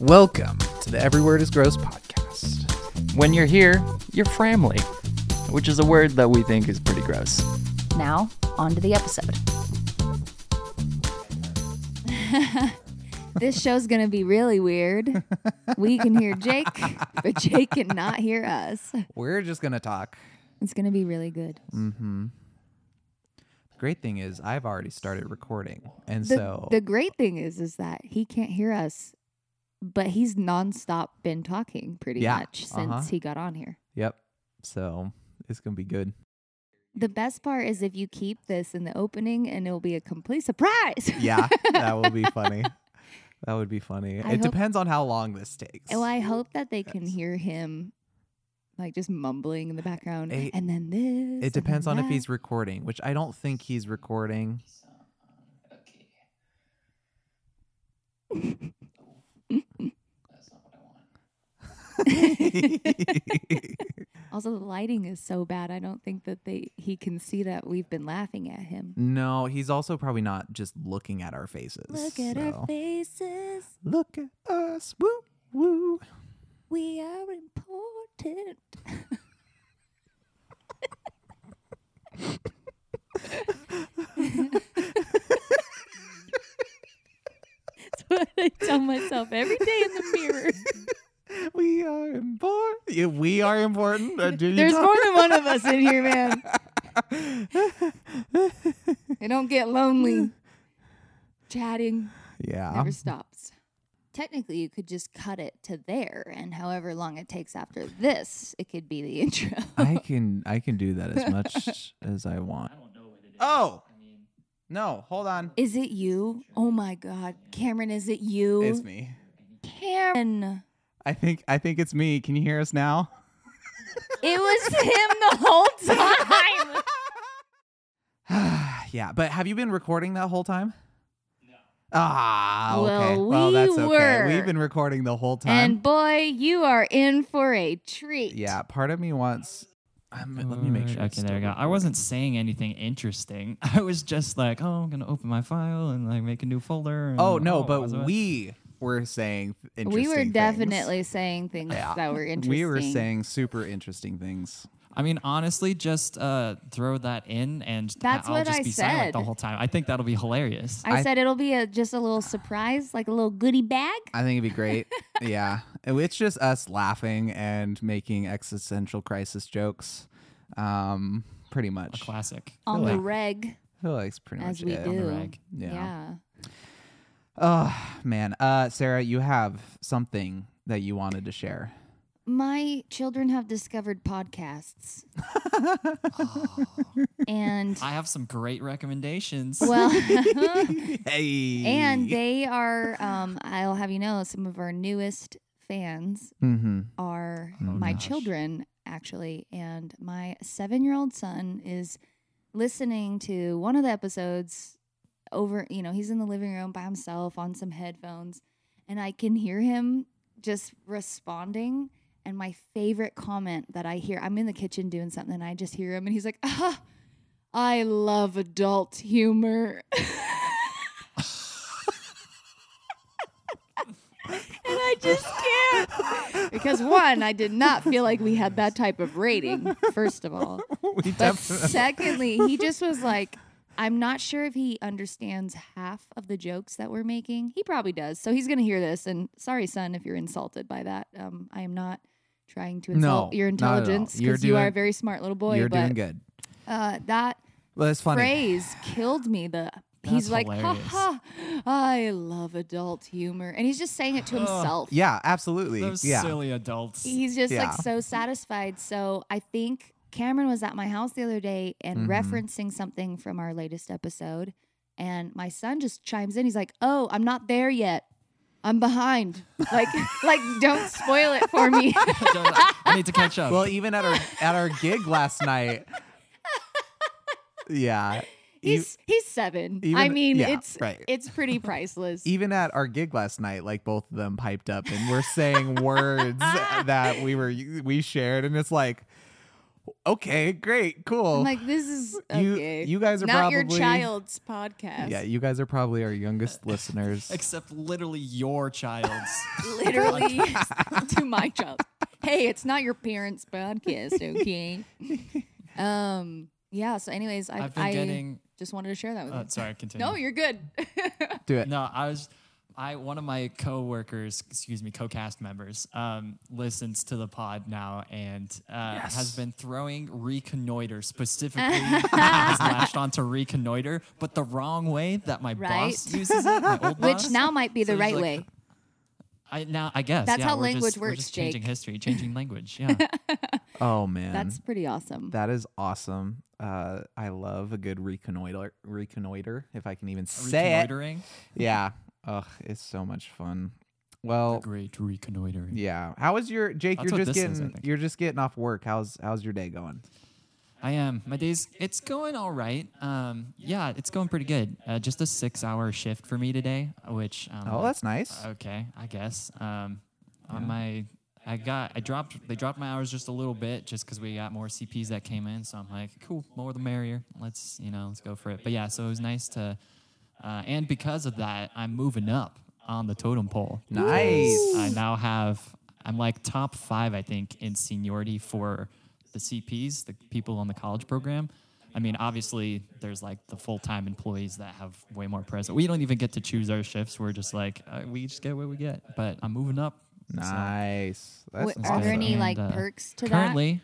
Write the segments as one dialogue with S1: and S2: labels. S1: Welcome to the Every Word is Gross podcast.
S2: When you're here, you're family, which is a word that we think is pretty gross.
S3: Now, on to the episode. this show's going to be really weird. We can hear Jake, but Jake cannot hear us.
S1: We're just going to talk.
S3: It's going to be really good.
S1: The great thing is, I've already started recording. And
S3: The,
S1: so,
S3: the great thing is is that he can't hear us, but he's nonstop been talking pretty
S1: Yeah,
S3: much since
S1: uh-huh.
S3: he got on here.
S1: yep. So, it's going to be good.
S3: The best part is if you keep this in the opening and it'll be a complete surprise.
S1: Yeah, that will be funny. That would be funny.
S3: I
S1: it
S3: hope-
S1: depends on how long this takes.
S3: Well, I hope that they can
S1: Yes.
S3: hear him like just mumbling in the background.
S1: It-
S3: and then this.
S1: it
S3: and then
S1: depends on if
S3: that.
S1: he's recording, which I don't think he's recording.
S3: Also, the lighting is so bad. I don't think that they he can see that we've been laughing at him.
S1: no, he's also probably not just looking at our faces.
S3: Look at
S1: so.
S3: our faces.
S1: Look at us. Woo, woo.
S3: We are important. That's what I tell myself every day in the mirror.
S1: We are important. Yeah, we are important. Uh, do you
S3: There's
S1: talk-
S3: more than one of us in here, man. They don't get lonely. Chatting
S1: yeah.
S3: never stops. Technically, you could just cut it to there, and however long it takes after this, it could be the intro.
S1: I can I can do that as much as I want. I don't know what it is. Oh. No, hold on.
S3: Is it you? Oh my God, Cameron, is it you?
S1: It's me.
S3: Cameron.
S1: I think I think it's me. Can you hear us now?
S3: It was him the whole time.
S1: yeah, but have you been recording that whole time? No. Ah, okay.
S3: Well,
S1: well,
S3: we
S1: that's okay.
S3: were.
S1: We've been recording the whole time.
S3: and boy, you are in for a treat.
S1: yeah, part of me wants. Um, let me make sure. it's
S2: Okay, there we
S1: still
S2: go. I wasn't saying anything interesting. I was just like, oh, I'm gonna open my file and like make a new folder. And,
S1: Oh no, but
S2: was it-
S1: we were saying th- interesting.
S3: Mm-hmm. We were
S1: things.
S3: definitely saying things
S1: Yeah.
S3: that were interesting.
S1: We were saying super interesting things.
S2: I mean, honestly, just uh, throw that in, and
S3: That's
S2: I'll
S3: what
S2: just
S3: I
S2: be silent the
S3: said.
S2: whole time. I think that'll be hilarious.
S3: I,
S1: I-
S3: said it'll be a, just a little surprise, like a little goodie bag.
S1: I think it'd be great. yeah, It- it's just us laughing and making existential crisis jokes, um, pretty
S2: a
S1: much. I
S2: classic.
S3: on the
S1: like-
S3: reg
S1: feel like it's pretty
S3: as
S1: much
S3: we
S1: it.
S3: do.
S2: reg.
S1: Yeah.
S3: yeah.
S1: Oh man, uh, Sarah, you have something that you wanted to share.
S3: My children have discovered podcasts. and
S2: I have some great recommendations.
S3: well
S1: hey,
S3: and they are um I'll have you know some of our newest fans
S1: mm-hmm.
S3: are
S1: Oh,
S3: my
S2: gosh.
S3: children actually and my 7-year-old son is listening to one of the episodes over you know he's in the living room by himself on some headphones and I can hear him just responding and my favorite comment that I hear I'm in the kitchen doing something and I just hear him and he's like ah I love adult humor and I just can't because one I did not feel like we had that type of rating first of all
S1: we
S3: but
S1: definitely.
S3: secondly, he just was like, I'm not sure if he understands half of the jokes that we're making. He probably does. So he's going to hear this. And sorry, son, if you're insulted by that. Um, I am not trying to insult
S1: No,
S3: your
S1: not at all.
S3: intelligence
S1: You're
S3: because you are a
S1: doing-
S3: very smart little boy.
S1: You're doing
S3: but
S1: good.
S3: uh, that
S1: Well, it's funny.
S3: phrase killed me. The he's
S2: That's
S3: like, ha
S2: hilarious.
S3: ha, I love adult humor, and he's just saying it to himself.
S1: Yeah, absolutely.
S2: Those
S1: yeah.
S2: silly adults.
S3: He's just
S1: Yeah.
S3: like so satisfied. So I think Cameron was at my house the other day and
S1: Mhm.
S3: referencing something from our latest episode. And my son just chimes in. He's like, Oh, I'm not there yet. I'm behind. Like, like don't spoil it for me.
S2: I need to catch up.
S1: Well, e even at our at our gig last night. Yeah. E-
S3: he's he's seven. I
S1: even-
S3: mean,
S1: yeah,
S3: it's
S1: right.
S3: it's pretty priceless.
S1: even at our gig last night, like both of them piped up and we're saying words that we were we shared, and it's like, okay, great, cool.
S3: I'm like, this is
S1: you,
S3: okay.
S1: you guys are
S4: Not
S1: probably
S4: your child's podcast.
S1: Yeah, you guys are probably our youngest listeners.
S2: Except literally your child's.
S3: literally to my job. Hey, it's not your parents' podcast, okay? um, yeah. So, anyways, I,
S2: I've been
S3: I
S2: getting.
S3: just wanted to share that with
S2: Uh,
S3: you.
S2: sorry, continue.
S4: No, you're good.
S1: Do it.
S2: No, I was I one of my coworkers, excuse me, co-cast members, um, listens to the pod now and uh, has been throwing reconnoiter specifically slashed onto reconnoiter, but the wrong way that my boss
S3: Right.
S2: uses it, my old
S3: Which
S2: boss.
S3: now might be the
S2: So he's
S3: right
S2: like,
S3: way.
S2: I now I guess
S3: That's
S2: yeah,
S3: how
S2: we're just-
S3: language
S2: we're
S3: works,
S2: just changing
S3: Jake.
S2: history, changing language. Yeah,
S1: Oh man,
S3: That's pretty awesome.
S1: that is awesome. Uh, I love a good reconnoiter. Reconnoiter, if I can even say it.
S2: reconnoitering.
S1: Yeah. Ugh, it's so much fun. Well,
S2: Great reconnoitering.
S1: yeah. How was your Jake?
S2: That's
S1: you're
S2: what
S1: just
S2: this is, I
S1: getting
S2: think.
S1: you're just getting off work. How's how's your day going?
S2: I am. My days, it's going all right. Um, yeah, it's going pretty good. Uh, just a six-hour shift for me today, which um,
S1: Oh, that's nice.
S2: okay, I guess. Um, on my, I got, I dropped, they dropped my hours just a little bit, just because we got more CPs that came in. So I'm like, cool, more the merrier. Let's, you know, let's go for it. But yeah, so it was nice to, uh, and because of that, I'm moving up on the totem pole.
S1: Nice.
S2: I now have I'm like top five, I think, in seniority for the CPs, the people on the college program. I mean, obviously, there's like the full time employees that have way more present. We don't even get to choose our shifts. We're just like uh, we just get what we get. But I'm moving up. So
S1: Nice. That's
S3: Wh-
S1: nice.
S3: are there
S2: awesome.
S3: any
S2: And,
S3: like
S2: uh,
S3: perks to
S2: currently,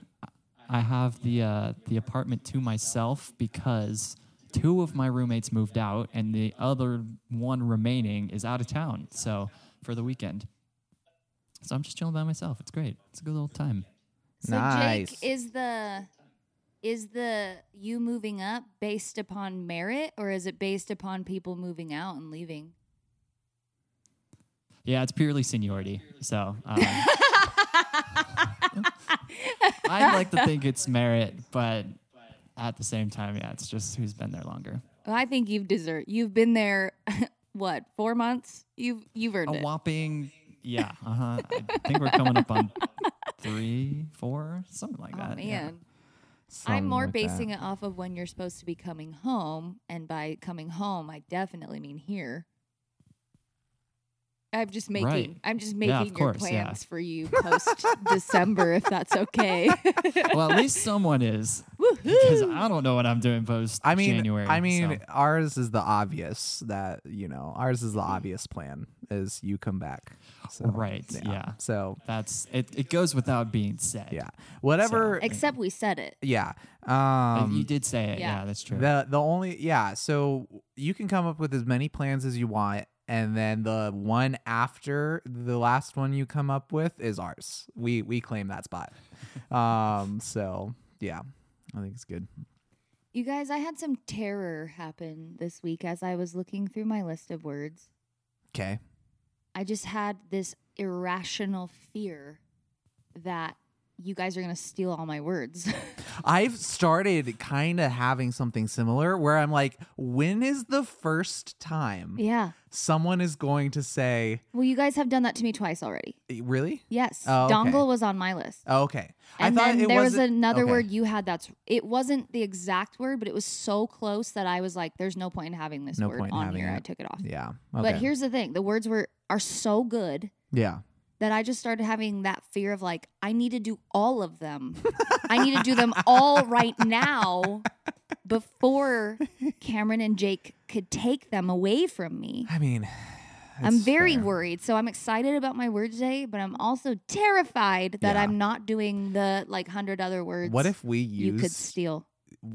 S2: I have the uh, the apartment to myself because two of my roommates moved out, and the other one remaining is out of town. So for the weekend, so I'm just chilling by myself. It's great. It's a good old time.
S3: that? So,
S1: nice.
S3: Jake, is the is the you moving up based upon merit, or is it based upon people moving out and leaving?
S2: Yeah, it's purely seniority. So um, I'd like to think it's merit, but at the same time, yeah, it's just who's been there longer.
S3: Well, I think you've deserved. You've been there, what four months? You've you've earned
S2: A
S3: it.
S2: whopping, yeah. Uh huh. I think we're coming up on three, four, something like
S3: Oh
S2: that.
S3: man,
S2: yeah.
S3: I'm
S1: Something
S3: more
S1: like that.
S3: basing it off of when you're supposed to be coming home, and by coming home, I definitely mean here. I'm just making.
S2: Right.
S3: I'm just
S2: Yeah, of
S3: making your
S2: course, yeah.
S3: plans for you post December, if that's okay.
S2: well, at least someone is because
S3: Woohoo!
S2: I don't know what I'm doing post
S1: I mean,
S2: January.
S1: I mean,
S2: so.
S1: ours is the obvious that you know. Ours is the obvious plan is you come back. So,
S2: Right, yeah.
S1: So
S2: that's it. It goes without being said.
S1: yeah, whatever.
S3: Except we said it.
S1: yeah.
S2: Uh,
S1: Um,
S2: you did say it.
S3: yeah.
S2: Yeah, that's true.
S1: The the only yeah, so you can come up with as many plans as you want and then the one after the last one you come up with is ours. We we claim that spot. um so yeah, I think it's good.
S3: You guys, I had some terror happen this week as I was looking through my list of words.
S1: Okay.
S3: I just had this irrational fear that you guys are going to steal all my words.
S1: Mm-hmm. I've started kind of having something similar where I'm like when is the first time
S3: yeah.
S1: someone is going to say
S3: Well, you guys have done that to me twice already.
S1: really?
S3: Yes.
S1: Oh, okay.
S3: Dongle was on my list.
S1: Oh, okay.
S3: And
S1: I thought
S3: then
S1: it
S3: there was
S1: wasn't-
S3: another
S1: okay.
S3: word you had that's it wasn't the exact word, but it was so close that I was like, there's no point in having this
S1: No
S3: word
S1: point in
S3: on
S1: having
S3: here.
S1: it.
S3: I took it off.
S1: Yeah. Okay.
S3: But here's the thing the words were are so good
S1: yeah.
S3: that I just started having that fear of like, I need to do all of them. I need to do them all right now before Cameron and Jake could take them away from me.
S1: I mean
S3: I'm
S1: it's
S3: very
S1: fair.
S3: worried. So I'm excited about my word today, but I'm also terrified that
S1: Yeah.
S3: I'm not doing the like hundred other words
S1: What if we
S3: you could
S1: use
S3: steal?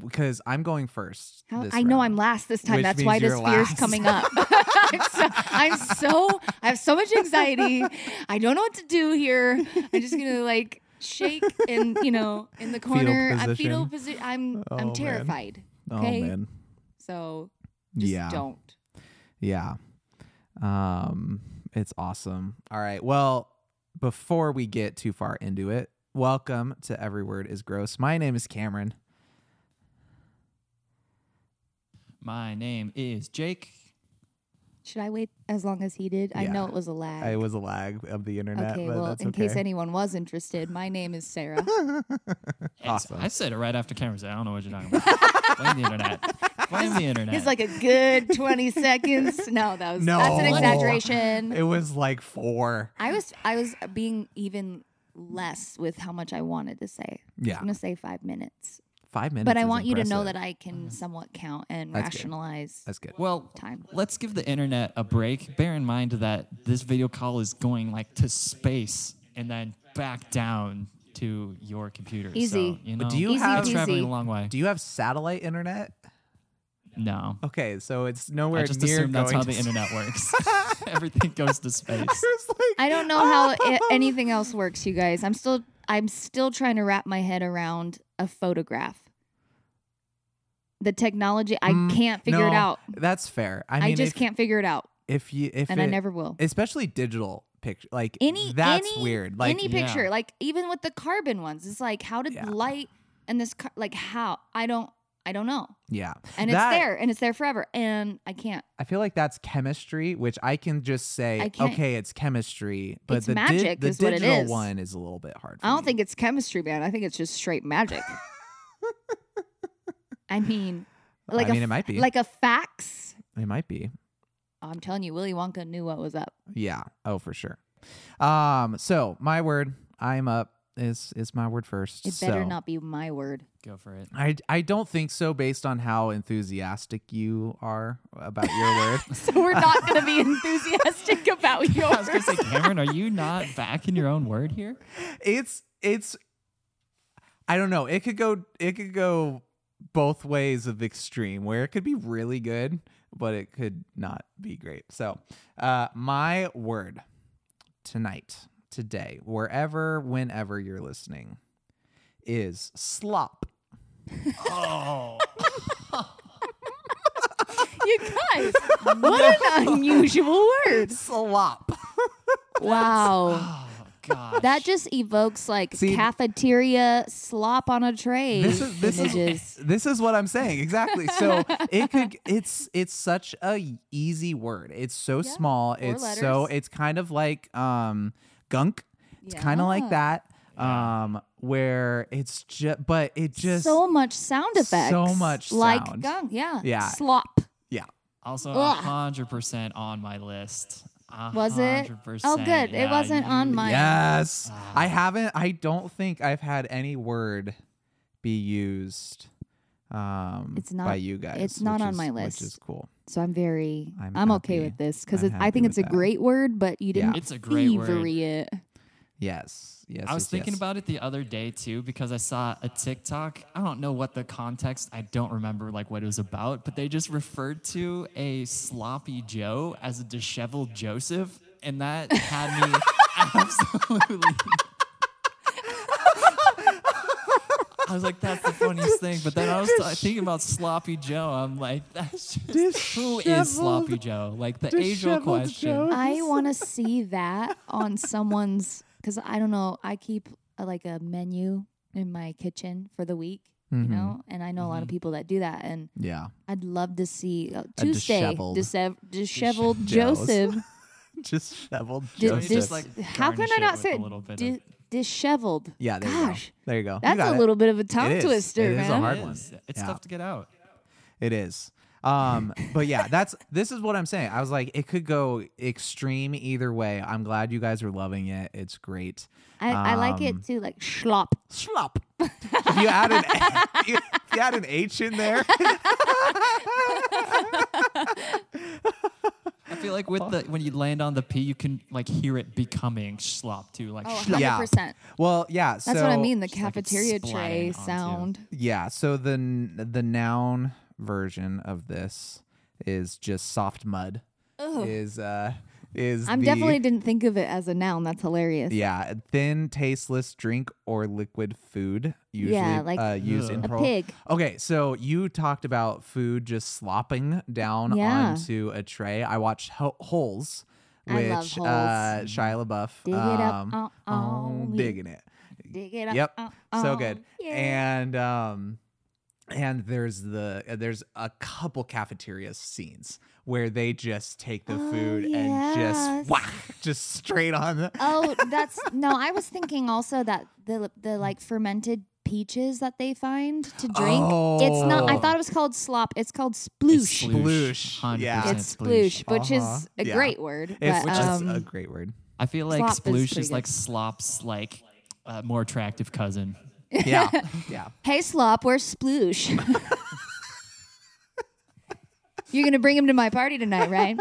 S1: because I'm going first.
S3: How,
S1: this
S3: I know
S1: round.
S3: I'm last this time.
S1: Which
S3: That's
S1: means
S3: why this
S1: you're
S3: fear's
S1: last.
S3: coming up. I'm, so, I'm so I have so much anxiety. I don't know what to do here. I'm just gonna like shake and you know in the
S1: Fetal
S3: corner. I'm fetal
S1: position.
S3: position. I'm
S1: Oh,
S3: I'm
S1: man.
S3: terrified.
S1: Oh
S3: okay?
S1: man.
S3: So just
S1: yeah.
S3: don't.
S1: Yeah. Um it's awesome. All right. Well, before we get too far into it, welcome to Every Word is Gross. My name is Cameron.
S2: My name is Jake.
S3: Should I wait as long as he did? I
S1: Yeah.
S3: know it was a lag.
S1: It was a lag of the internet,
S3: okay,
S1: but
S3: well,
S1: that's
S3: in
S1: okay.
S3: case anyone was interested, my name is Sarah.
S2: It's-
S1: Awesome.
S2: I said it right after camera. so I don't know what you're talking about. Blame the internet. Blame the internet.
S3: It's like a good 20 seconds. No, that was that's an
S1: No. Oh.
S3: exaggeration.
S1: it was like four.
S3: I was I was being even less with how much I wanted to say.
S1: Yeah,
S3: I'm going to say 5 minutes.
S1: five minutes.
S3: But I
S1: is
S3: want you to know
S1: impressive. Mm-hmm.
S3: that I can somewhat count and
S1: That's good.
S3: rationalize
S1: That's good.
S2: well,
S3: time.
S2: let's give the internet a break. Bear in mind that this video call is going like to space and then back down to your computer.
S3: Easy.
S2: So, you know,
S1: do you
S3: Easy
S1: have
S2: it's traveling
S3: peasy.
S2: a long way.
S1: Do you have satellite internet?
S2: No.
S1: Okay, so it's nowhere
S2: I just
S1: near
S2: assume that's
S1: going
S2: how the
S1: to-
S2: internet works. Everything goes to space.
S1: It's like-
S3: I don't know how i anything else works, you guys. I'm still I'm still trying to wrap my head around a photograph. The technology, I
S1: Mm,
S3: can't figure it
S1: no,
S3: out.
S1: That's fair. I
S3: I,
S1: mean,
S3: just
S1: if,
S3: can't figure it out,
S1: If you, if
S3: and I
S1: it-
S3: never will.
S1: especially digital picture, like
S3: Any
S1: that's
S3: any,
S1: weird. Like
S3: any
S2: Yeah.
S3: picture, like even with the carbon ones, it's like how did
S1: Yeah.
S3: light and this car, like how I don't I don't know,
S1: yeah,
S3: and
S1: That-
S3: it's there and it's there forever, and I can't.
S1: I feel like that's chemistry, which I can just
S3: I
S1: say,
S3: can't-
S1: okay, it's chemistry, but
S3: It's
S1: the di-
S3: magic
S1: the
S3: is what it
S1: digital
S3: is.
S1: one is a little bit hard. For
S3: I don't
S1: me.
S3: think it's chemistry, man. I think it's just straight magic. I mean, like
S1: I mean,
S3: a,
S1: it might be.
S3: like a fax.
S1: it might be.
S3: I'm telling you, Willy Wonka knew what was up.
S1: Yeah. Oh, for sure. Um. So my word, I'm up. Is is my word first?
S3: It better
S1: so.
S3: not be my word.
S2: Go for it.
S1: I, I don't think so based on how enthusiastic you are about your word.
S3: So we're not going to be enthusiastic about
S2: I was
S3: yours.
S2: gonna say, Cameron, are you not back in your own word here?
S1: It's it's I don't know. It could go it could go both ways of extreme where it could be really good, but it could not be great. So, uh my word tonight, today, wherever whenever you're listening is slop.
S2: Oh,
S3: you guys, what an unusual word.
S1: Slop.
S3: Wow.
S2: oh God.
S3: That just evokes like
S1: See-
S3: cafeteria slop on a tray
S1: this is this
S3: images.
S1: is this is what I'm saying exactly. So it could it's it's such a easy word. It's so
S3: Yeah,
S1: small.
S3: four
S1: It's so
S3: letters.
S1: it's kind of like um gunk. It's kind of like that. Um, where it's just but it just
S3: so much sound
S1: so
S3: effects.
S1: much
S3: like
S1: sound.
S3: gunk. Yeah.
S1: Yeah.
S3: Slop.
S2: also
S3: Ugh.
S2: hundred percent on my list. A
S3: Was it?
S2: hundred percent.
S3: Oh, good.
S2: Yeah,
S3: it wasn't
S2: you-
S3: on mine.
S1: yes.
S2: Ah.
S1: I haven't. I don't think I've had any word be used. Um,
S3: It's
S1: by
S3: not-
S1: you guys.
S3: it's not
S1: which
S3: on
S1: is-
S3: my
S1: which is
S3: list.
S1: cool.
S3: So I'm very, I'm,
S1: I'm
S3: okay
S1: happy.
S3: with this because
S1: I'm
S3: I think
S1: happy
S3: it's a
S1: with that.
S3: great word, but you
S1: Yeah.
S3: didn't
S2: It's a great word.
S3: thievery it.
S1: Yes. Yes.
S2: I was
S1: yes,
S2: thinking
S1: yes.
S2: about it the other day too because I saw a TikTok. I don't know what the context. I don't remember like what it was about, but they just referred to a sloppy Joe as a disheveled Joseph, and that had me absolutely. I was like, that's the funniest thing. But then I was t- thinking about Sloppy Joe. I'm like, that's just who
S1: Disheveled-
S2: is Sloppy Joe? Like the age-old
S1: disheveled
S2: question.
S1: Joe.
S3: I want to see that on someone's because I don't know. I keep a, like a menu in my kitchen for the week,
S1: Mhm.
S3: you know, and I know a lot of
S2: Mm-hmm.
S3: people that do that, and
S1: Yeah.
S3: I'd love to see uh, Tuesday
S1: disheveled-
S3: dishev- disheveled
S1: Joe's.
S3: Joseph.
S1: Just shoveled.
S3: Di-
S2: Don't you
S3: dis-
S2: just, like,
S3: how can
S2: garnish
S3: I
S2: it
S3: not
S2: with
S3: say
S2: a
S3: it?
S2: little bit
S3: Di-
S2: of-
S3: disheveled?
S1: Yeah, there
S3: Gosh,
S1: you go. There you go. You
S3: that's
S1: got
S3: a
S1: it.
S3: little bit of a tongue
S1: is.
S3: twister,
S1: It is a
S3: man.
S1: hard
S2: It
S1: one.
S2: is. It's
S1: Yeah.
S2: tough to get out.
S1: It is. Um, but yeah, that's this is what I'm saying. I was like, it could go extreme either way. I'm glad you guys are loving it. It's great.
S3: I, I like
S1: Um,
S3: it too, like schlop.
S1: Slop. if you add an if you, if you add an H in there,
S2: I feel like with the when you land on the P, you can like hear it becoming slop too. Like
S3: Oh,
S2: schlop.
S3: 100%.
S1: Yeah. well, yeah.
S3: That's
S1: so,
S3: what I mean. The
S2: like it's
S3: cafeteria tray
S2: splatting onto-
S3: sound.
S1: Yeah. So the n- the noun version of this is just soft mud.
S3: Ugh.
S1: Is uh is
S3: I'm
S1: the-
S3: definitely didn't think of it as a noun. That's hilarious.
S1: Yeah, thin, tasteless drink or liquid food usually
S3: Yeah, like-
S1: uh, used in
S2: Ugh.
S3: A
S1: pro-
S3: pig.
S1: Okay, so you talked about food just slopping down
S3: Yeah.
S1: onto a tray. I watched Ho- Holes,
S3: I
S1: which
S3: love Holes.
S1: uh, Shia LaBeouf
S3: Dig it up.
S1: um,
S3: Uh, uh,
S1: digging it.
S3: Dig it up.
S1: Yep,
S3: uh,
S1: so
S3: uh,
S1: good.
S3: yeah.
S1: And um, and there's the uh, there's a couple cafeteria scenes where they just take the
S3: Oh,
S1: food and
S3: yes.
S1: just whack, just straight on the
S3: Oh, that's no. I was thinking also that the the like fermented peaches that they find to drink. It's not. I
S1: Oh.
S3: thought it was called slop. It's called sploosh.
S1: sploosh. Sploosh,
S2: 100%
S1: yeah.
S3: It's sploosh, which
S1: Uh-huh.
S3: is a
S1: Yeah.
S3: great word.
S1: It's
S3: but,
S1: which
S3: um,
S1: is a great word.
S2: I feel like
S3: Slop is
S2: sploosh is,
S3: pretty
S2: like
S3: good.
S2: slop's like uh, more attractive cousin.
S1: Yeah, yeah.
S3: hey slop, where's sploosh? You're gonna bring him to my party tonight, right?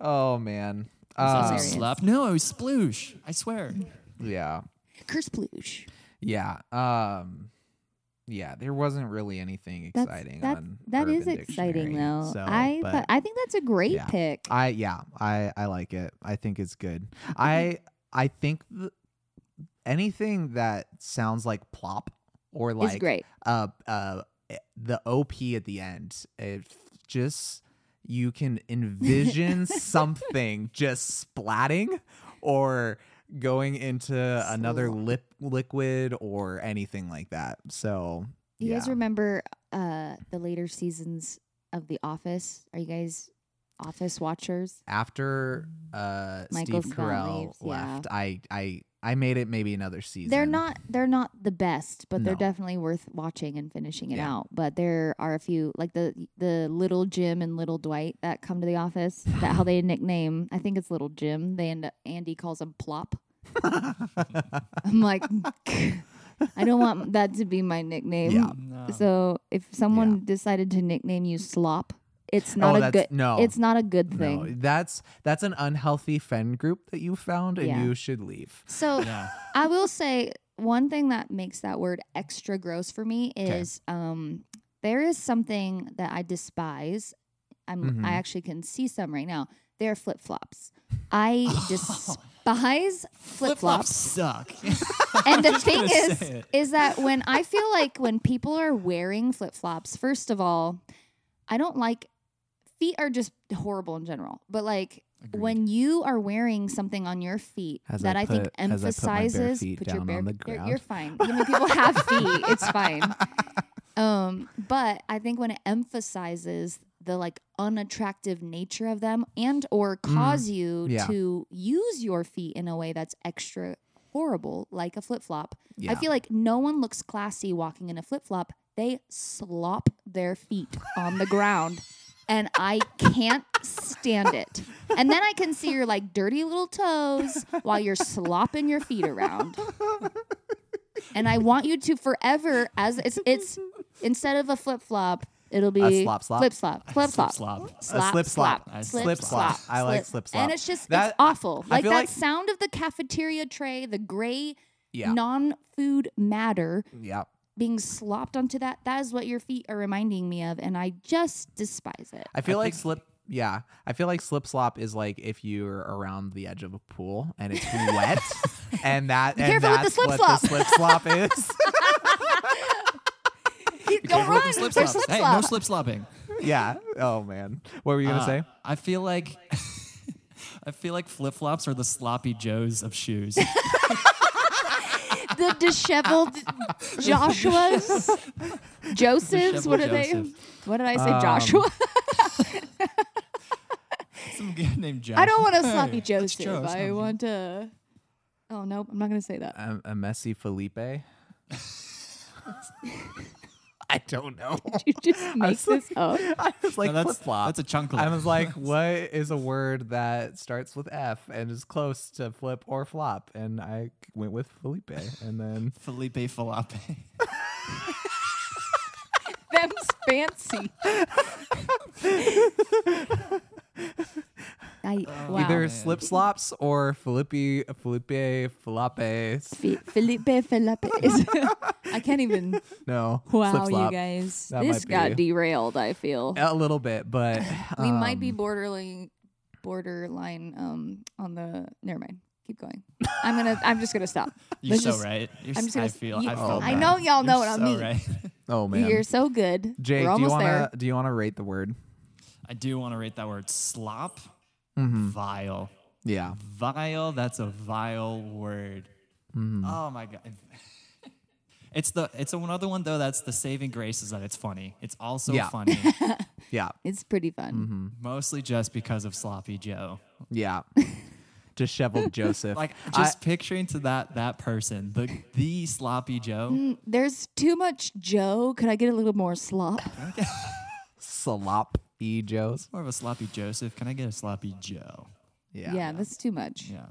S1: Oh man.
S2: Is
S1: Um,
S2: that
S3: Hilarious.
S2: Uh, slop? No, it was sploosh. I swear.
S1: yeah,
S3: Curse sploosh.
S1: yeah. Um, yeah. There wasn't really anything
S3: That's
S1: exciting.
S3: that.
S1: on
S3: That is
S1: Urban
S3: exciting
S1: Dictionary,
S3: though.
S1: so,
S3: I
S1: but-
S3: thought- I think that's a great
S1: yeah.
S3: pick.
S1: I yeah, I I like it. I think it's good. I I think th- anything that sounds like plop or
S3: is
S1: like
S3: great.
S1: uh uh eh, the op at the end, it f- just you can envision something just splatting or going into another
S3: Slop.
S1: lip liquid or anything like that. So
S3: You
S1: yeah.
S3: guys remember uh, the later seasons of The Office? Are you guys Office watchers?
S1: after uh
S3: Michael
S1: Steve
S3: Scott
S1: Carell
S3: leaves, yeah.
S1: left, I I I made it maybe another season.
S3: They're not they're not the best, but they're
S1: No.
S3: definitely worth watching and finishing it
S1: Yeah.
S3: out. But there are a few like the the little Jim and little Dwight that come to the office. That how they nickname. I think it's little Jim. They end up, Andy calls him Plop. I'm like, I don't want that to be my nickname.
S1: Yeah.
S2: No.
S3: So if someone decided to nickname you Slop, it's not
S1: oh,
S3: a
S1: that's
S3: good.
S1: no.
S3: It's not a good thing.
S1: no. That's that's an unhealthy friend group that you found, and
S3: Yeah.
S1: you should leave.
S3: So
S2: yeah.
S3: I will say one thing that makes that word extra gross for me
S1: 'Kay.
S3: is um, there is something that I despise. I'm
S1: Mhm.
S3: I actually can see some right now. They're flip flops. I despise flip flops.
S2: suck.
S3: And the
S2: just
S3: thing
S2: gonna
S3: is,
S2: say it.
S3: is that when I feel like when people are wearing flip flops, first of all, I don't like feet are just horrible in general. But like when you are wearing something on your feet
S1: As
S3: that
S1: I
S3: I, think
S1: put- as I put my bare
S3: emphasizes
S1: feet
S3: put your
S1: down
S3: bare
S1: on the
S3: you're-
S1: ground.
S3: You're, fine. I mean, people have feet. It's fine. Um, but I think when it emphasizes the like unattractive nature of them and or cause you
S1: Mm, Yeah.
S3: to use your feet in a way that's extra horrible, like a flip flop.
S1: Yeah.
S3: I feel like no one looks classy walking in a flip flop. They slop their feet on the ground, and I can't stand it. And then I can see your like dirty little toes while you're slopping your feet around. And I want you to forever as it's it's instead of a flip flop, it'll be
S1: slop slop?
S3: flip slop, flip slop,
S2: slop.
S1: A slip slop.
S2: I
S3: slip,
S2: slip
S3: slop.
S1: slop. I like slip slop.
S3: And it's just
S1: That-
S3: it's awful.
S1: I
S3: Like that
S1: feel like-
S3: sound of the cafeteria tray, the gray
S1: Yeah,
S3: non-food matter
S1: yeah.
S3: being slopped onto that. That is what your feet are reminding me of, and I just despise it.
S1: I feel
S2: I
S1: like
S2: think-
S1: slip. Yeah, I feel like slip slop is like if you're around the edge of a pool and it's wet, and that
S3: Be
S1: and
S3: careful with the
S1: that's
S3: slip
S1: what
S3: slop.
S1: the slip slop is.
S3: Don't
S2: Careful with the
S3: run. There's
S2: slip slops.
S3: slip
S2: Hey, no
S3: slop.
S2: slip slopping.
S1: yeah. Oh man, what were you gonna
S2: Uh,
S1: say?
S2: I feel like I feel like flip flops are the sloppy joes of shoes.
S3: the disheveled Joshua's, Joseph's. What are
S2: Disheveled
S3: they?
S2: Joseph.
S3: What did I say,
S1: Um,
S3: Joshua?
S2: Some guy named Josh.
S3: I don't want a
S2: Hey,
S3: sloppy
S2: that's
S3: Joseph.
S2: Joe,
S4: I
S2: sloppy.
S4: want to.
S3: Oh no, I'm not gonna say that.
S1: A, a messy Felipe. I don't know.
S3: You just make
S1: was
S3: this up.
S1: I was like
S2: No, that's,
S1: flip flop.
S2: that's a chunk.
S1: I was like, what is a word that starts with F and is close to flip or flop? And I went with Felipe. And then
S2: Felipe Falape.
S4: Them's fancy.
S3: I, wow.
S1: either
S2: man.
S1: slip slops or Felipe, Felipe, Flopes.
S3: Fe- Felipe Felipe. is- I can't even.
S1: No.
S3: Wow,
S1: slip
S3: you
S1: slop.
S3: guys,
S1: That
S3: this
S1: might
S3: got
S1: be-
S3: derailed. I feel
S1: A little bit, but.
S3: we might be
S1: um,
S3: borderline, borderline um, on the. Never mind. Keep going. I'm gonna. I'm just gonna stop.
S2: You're
S3: Let's
S2: so
S3: just-
S2: right. You're
S3: I'm
S2: I'm
S3: just gonna
S2: I
S3: s-
S2: feel.
S3: you-
S2: I,
S1: Oh,
S2: felt
S1: I
S2: bad.
S3: know y'all know what
S2: You're
S3: I
S2: so
S3: mean.
S2: Right.
S1: Oh, man.
S3: You're so good.
S1: Jake, do
S3: We're
S1: you
S3: almost
S1: wanna
S3: there.
S1: do you wanna rate the word?
S2: I do want to rate that word slop.
S3: Mm-hmm.
S2: Vile.
S1: Yeah.
S3: Mm-hmm.
S2: Vile. That's a vile word. Oh my god. It's the it's another one though that's the saving grace is that it's funny. It's also
S1: Yeah.
S2: funny,
S1: Yeah.
S3: It's pretty fun.
S2: Mm-hmm. mostly just because of Sloppy Joe.
S1: Yeah. Disheveled Joseph.
S2: Like
S1: I-
S2: just picturing to that that person, the the Sloppy Joe.
S3: Mm, There's too much Joe. Could I get a little more slop?
S1: slop e Joes.
S2: More of a sloppy Joseph. Can I get a sloppy Joe?
S1: Yeah.
S3: that's too much.
S2: Yeah.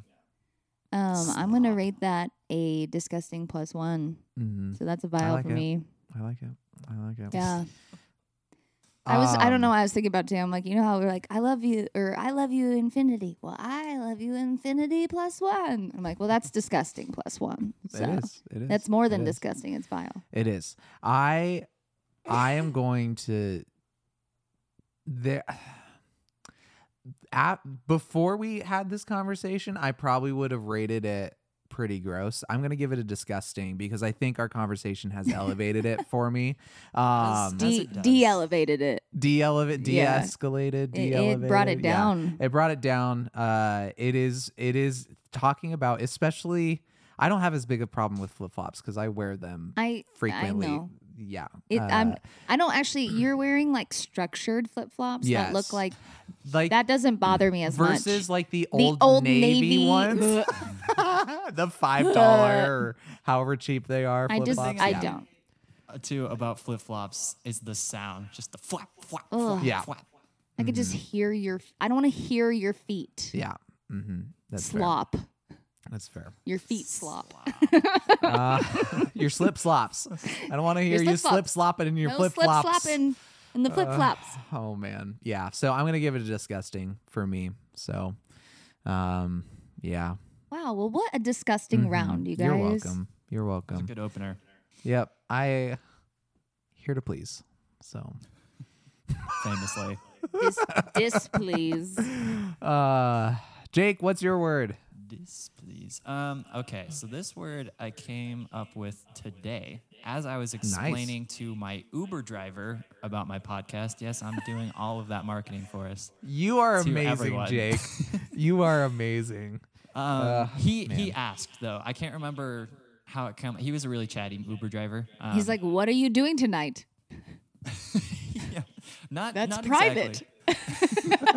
S3: Um, I'm gonna rate that a disgusting plus one.
S1: Mhm.
S3: So that's a vile
S1: like
S3: for
S1: it.
S3: me.
S1: I like it. I like it.
S3: Yeah. I was I don't know
S1: Um,
S3: what I was thinking about too. I'm like, you know how we're like, I love you or I love you infinity. Well, I love you infinity plus one. I'm like, well, that's disgusting plus one. So
S1: It is. It is.
S3: uh, that's more than
S1: It is.
S3: disgusting, it's vile.
S1: It is. I I am going to there at before we had this conversation, I probably would have rated it pretty gross. I'm gonna give it a disgusting because I think our conversation has elevated it for me. Um
S2: Yes,
S3: De
S2: it does.
S3: de elevated it.
S1: de elevate de
S3: Yeah.
S1: escalated,
S3: It,
S1: de
S3: it brought it down.
S1: it brought it down uh it is it is talking about especially i don't have as big a problem with flip-flops because i wear them
S3: I
S1: frequently
S3: I know.
S1: yeah
S3: It, I'm-
S1: uh,
S3: I don't actually you're wearing like structured flip flops that
S1: Yes.
S3: look like
S1: like
S3: that doesn't bother me as much.
S1: versus like the old,
S3: Old
S1: navy,
S3: Navy-
S1: ones the five dollar or however cheap they are
S3: I just
S1: flip-flops,
S3: I
S1: yeah.
S3: don't.
S2: Uh, too about flip flops is the sound, just the flap, flap,
S3: Ugh.
S2: flap,
S1: Yeah.
S2: flap.
S3: I could just hear your I don't want to hear your feet
S1: Mm. yeah mm-hmm. that's
S3: slop.
S1: fair that's fair
S3: Your feet slop.
S1: uh, your slip slops i don't want to hear you
S3: slip-flops.
S1: slip slopping in your
S3: no
S1: flip
S3: slip
S1: flops
S3: slopping in the flip flops.
S1: Oh man, yeah. So I'm gonna give it a disgusting for me. So, um, yeah. Mm-hmm.
S3: Wow. Well, what a disgusting round, you guys.
S1: You're welcome. You're
S2: It's a
S1: welcome.
S2: good opener.
S1: Yep. I here to please. So,
S2: Famously,
S3: Dis- displease.
S1: uh, Jake, what's your word?
S2: this please. Um, okay, so this word I came up with today as I was explaining to my Uber driver about my podcast. Yes, I'm doing all of that marketing for us. Um,
S1: You are
S2: To
S1: amazing,
S2: everyone.
S1: Jake. you are amazing.
S2: Um,
S1: Uh,
S2: he he asked though. I can't remember how it came. He was a really chatty Uber driver. Um,
S3: He's like, "What are you doing tonight?"
S2: yeah, not
S4: That's
S2: not
S4: private.
S2: exactly.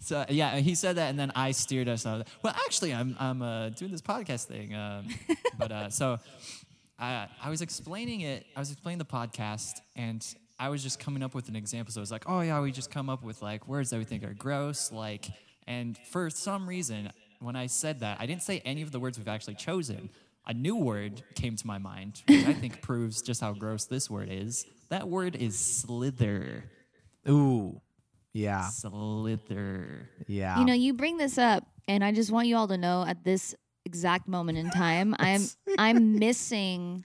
S2: So yeah, he said that, and then I steered us. And I was like, well, actually, I'm I'm uh, doing this podcast thing, um, but uh, so I I was explaining it. I was explaining the podcast, and I was just coming up with an example. So I was like, oh yeah, we just come up with like words that we think are gross, like. And for some reason, when I said that, I didn't say any of the words we've actually chosen. A new word came to my mind, which I think proves just how gross this word is. That word is slither.
S1: Ooh, yeah,
S2: Slither.
S1: yeah.
S3: You know, you bring this up, and I just want you all to know at this exact moment in time, I'm I'm missing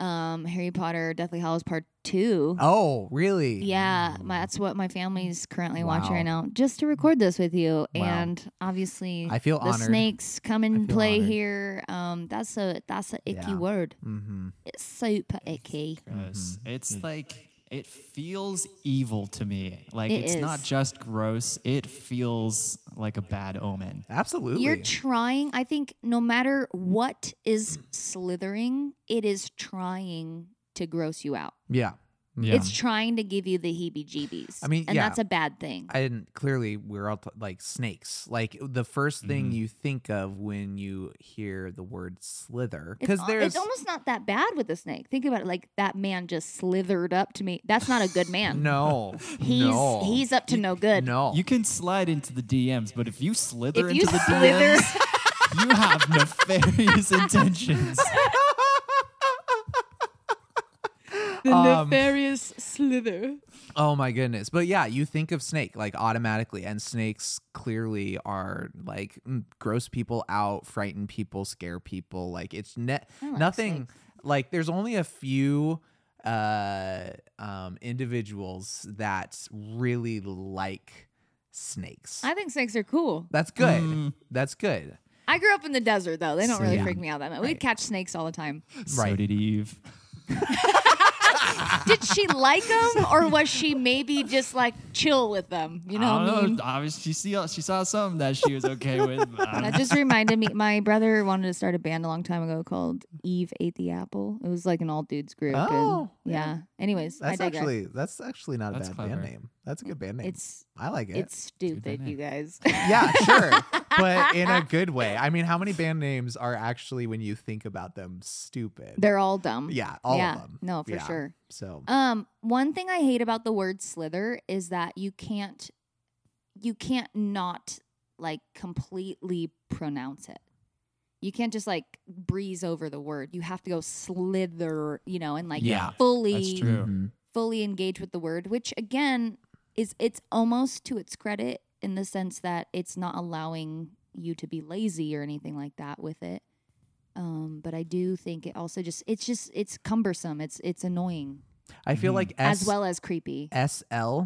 S3: um Harry Potter Deathly Hallows Part 2.
S1: oh, really?
S3: Yeah,
S2: Mm.
S3: my, that's what my family's currently watching
S1: Wow.
S3: right now, just to record this with you.
S1: Wow.
S3: And obviously,
S1: I feel
S3: the
S1: honored.
S3: snakes come and
S1: feel
S3: play
S1: honored.
S3: here. Um, that's a that's a icky
S1: Yeah.
S3: word.
S1: Mm-hmm.
S3: It's super icky.
S2: gross. It's like it feels evil to me. Like
S3: It
S2: it's not
S3: is.
S2: just gross. It feels like a bad omen.
S1: Absolutely.
S3: You're trying. I think no matter
S1: Mm.
S3: what is slithering, it is trying to gross you out.
S1: yeah.
S2: Yeah.
S3: It's trying to give you the heebie-jeebies.
S1: I mean,
S3: and
S1: yeah.
S3: that's a bad thing.
S1: I didn't clearly we're all t- like snakes. Like the first thing
S2: Mm-hmm.
S1: you think of when you hear the word slither
S3: It's
S1: cuz
S3: al-
S1: there's
S3: it's almost not that bad with a snake. Think about it. Like that man just slithered up to me. That's not a good man.
S1: no.
S3: He's
S1: no,
S3: he's up to no good.
S1: no.
S2: You can slide into the DMs, but if you slither
S3: If
S2: into
S3: you
S2: the
S3: slither,
S2: DMs, you have nefarious intentions.
S4: The
S1: Um,
S4: nefarious slither.
S1: oh my goodness. But yeah, you think of snake like automatically and snakes clearly are like mm, gross people out, frighten people, scare people. Like it's net
S3: I like
S1: nothing
S3: snakes.
S1: like there's only a few uh um individuals that really like snakes
S3: I think snakes are cool.
S1: that's good
S2: Mm.
S1: that's good
S3: I grew up in the desert though. They don't really
S1: Yeah.
S3: freak me out that much. We'd catch snakes all the time.
S2: So
S1: Right.
S2: did Eve.
S3: did she like them or was she maybe just like chill with them? You know,
S2: I
S3: what I
S2: don't
S3: mean?
S2: know. Obviously, she, see, she saw something that she was okay with. but I don't-
S3: That just reminded me. My brother wanted to start a band a long time ago called Eve Ate the Apple. It was like an all dudes group. and-
S1: Oh, yeah.
S3: yeah. Anyways,
S1: That's
S3: I digress.
S1: actually that's actually not
S2: That's
S1: a bad
S2: clever.
S1: band name. That's a good band name.
S3: it's
S1: I like it.
S3: it's stupid,
S2: name.
S3: you guys.
S1: yeah, sure, but in a good way. I mean, how many band names are actually, when you think about them, stupid?
S3: They're all dumb.
S1: yeah, all
S3: yeah.
S1: of them.
S3: No, for
S1: Yeah.
S3: sure.
S1: So
S3: Um, one thing I hate about the word slither is that you can't you can't not like completely pronounce it. You can't just like breeze over the word. You have to go slither, you know, and like
S2: Yeah,
S3: fully
S2: that's true.
S1: mhm.
S3: fully engage with the word, which again is it's almost to its credit in the sense that it's not allowing you to be lazy or anything like that with it. Um, but I do think it also just it's just it's cumbersome. It's it's annoying
S1: I feel
S2: Mhm.
S1: like S-
S3: Mm-hmm. as well as creepy.
S1: SL.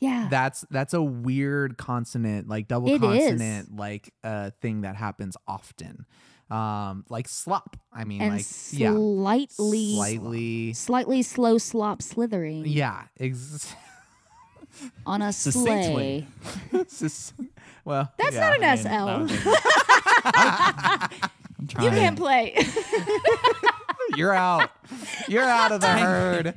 S3: Yeah.
S1: That's that's a weird consonant, like double
S3: It is.
S1: consonant, like uh, thing that happens often. Um, like slop. I mean,
S3: and
S1: like yeah,
S3: slightly
S1: slightly.
S3: slightly slow slop slithering
S1: Yeah, ex-
S3: on a
S2: Succinctly.
S3: sleigh.
S1: sus- well,
S3: That's
S1: yeah.
S3: not an
S2: I mean,
S3: SL.
S2: that was it. I'm trying.
S3: You can't play.
S1: You're out. You're out of the herd.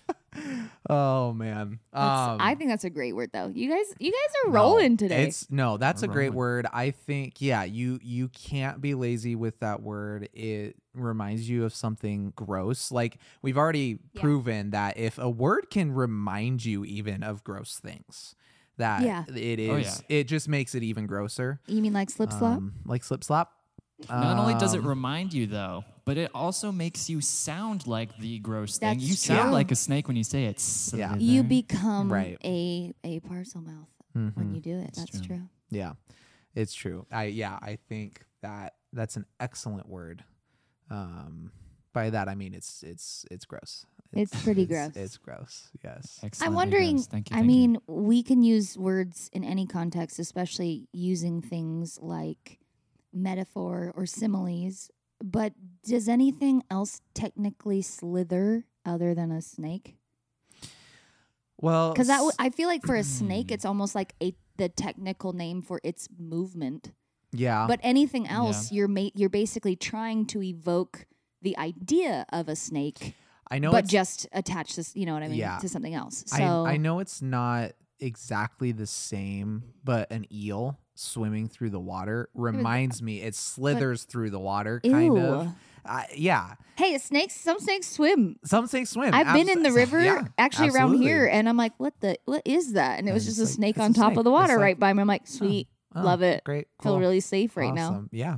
S1: oh man.
S3: That's-
S1: Um,
S3: I think that's a great word though. You guys you guys are rolling today.
S1: It's no, that's
S2: We're
S1: a great
S2: rolling.
S1: word. I think yeah, you you can't be lazy with that word. It reminds you of something gross. Like we've already
S3: Yeah.
S1: proven that if a word can remind you even of gross things, that
S3: Yeah.
S1: it is
S2: Oh,
S1: it just makes it even grosser.
S3: you mean like slip slop?
S1: Um, like slip slop.
S2: Not only does it
S1: Um,
S2: remind you though, but it also makes you sound like the gross thing.
S3: That's
S2: You sound
S3: true.
S2: like a snake when you say it.
S1: Yeah.
S3: you become
S1: Right.
S3: a a parcel mouth
S1: mhm.
S3: when you do it.
S2: That's
S3: That's,
S2: true.
S3: true.
S1: Yeah, it's true. I yeah, I think that that's an excellent word. Um, by that I mean it's it's it's gross.
S3: It's pretty gross.
S1: It's gross. Yes.
S2: Excellent,
S3: I'm
S2: I
S3: wondering.
S2: guess. Thank you,
S3: I
S2: thank you.
S3: mean, we can use words in any context, especially using things like metaphor or similes. But does anything else technically slither other than a snake?
S1: Well,
S3: Because that w-
S1: Oh, s-
S3: I feel like for a snake, it's almost like a the technical name for its movement.
S1: yeah,
S3: But anything else, you're ma- you're basically trying to evoke the idea of a snake,
S1: I know.
S3: but
S1: it's,
S3: just attach this, you know what I mean,
S1: Yeah.
S3: to something else.
S1: I,
S3: So
S1: I know it's not exactly the same, but an eel swimming through the water reminds me. It slithers through the water, kind
S3: Ew.
S1: of. Uh, yeah,
S3: Hey, snakes. Some snakes swim.
S1: some snakes swim.
S3: I've been in the
S1: abso-
S3: river,
S1: yeah,
S3: actually around
S1: absolutely.
S3: here, and I'm like, what the, what is that? And it was
S1: And
S3: just a
S1: it's like,
S3: snake
S1: it's
S3: on
S1: a
S3: top
S1: snake.
S3: of the water
S1: It's
S3: right
S1: like,
S3: by me. I'm like, sweet,
S1: Oh,
S3: love it.
S1: Great,
S3: feel
S1: cool,
S3: really safe right now.
S1: awesome. Yeah,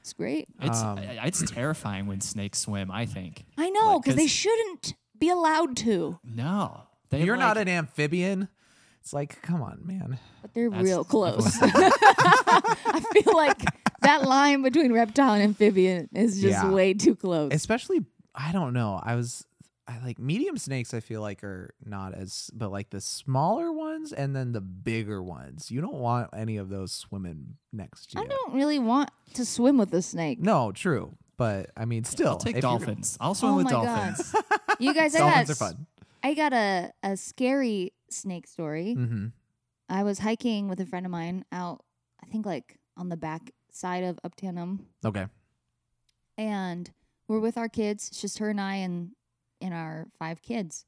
S3: It's great.
S2: It's
S1: Um,
S2: I- it's terrifying when snakes swim. I think
S3: I know
S2: Like,
S3: because they
S2: 'cause-
S3: shouldn't be allowed to,
S2: no, they
S1: You're not
S2: like-
S1: an amphibian. It's like, come on, man.
S3: but they're
S2: That's-
S3: real
S2: I've
S3: close.
S2: always-
S3: I feel like that line between reptile and amphibian is just
S1: Yeah.
S3: way too close.
S1: Especially, I don't know. I was, I like medium snakes. I feel like are not as, but like the smaller ones and then the bigger ones. You don't want any of those swimming next to
S3: I
S1: you.
S3: don't really want to swim with a snake.
S1: No, true, but I mean, still,
S2: I'll take
S1: if you're-
S2: dolphins. I'll swim
S3: Oh
S2: with
S3: my God.
S2: dolphins.
S3: You guys, I
S1: Dolphins
S3: got,
S1: are fun.
S3: I got a, a scary snake story.
S1: hmm
S3: I was hiking with a friend of mine out, I think like on the back side of Uptanum,
S1: Okay.
S3: and we're with our kids. It's just her and I and and our five kids,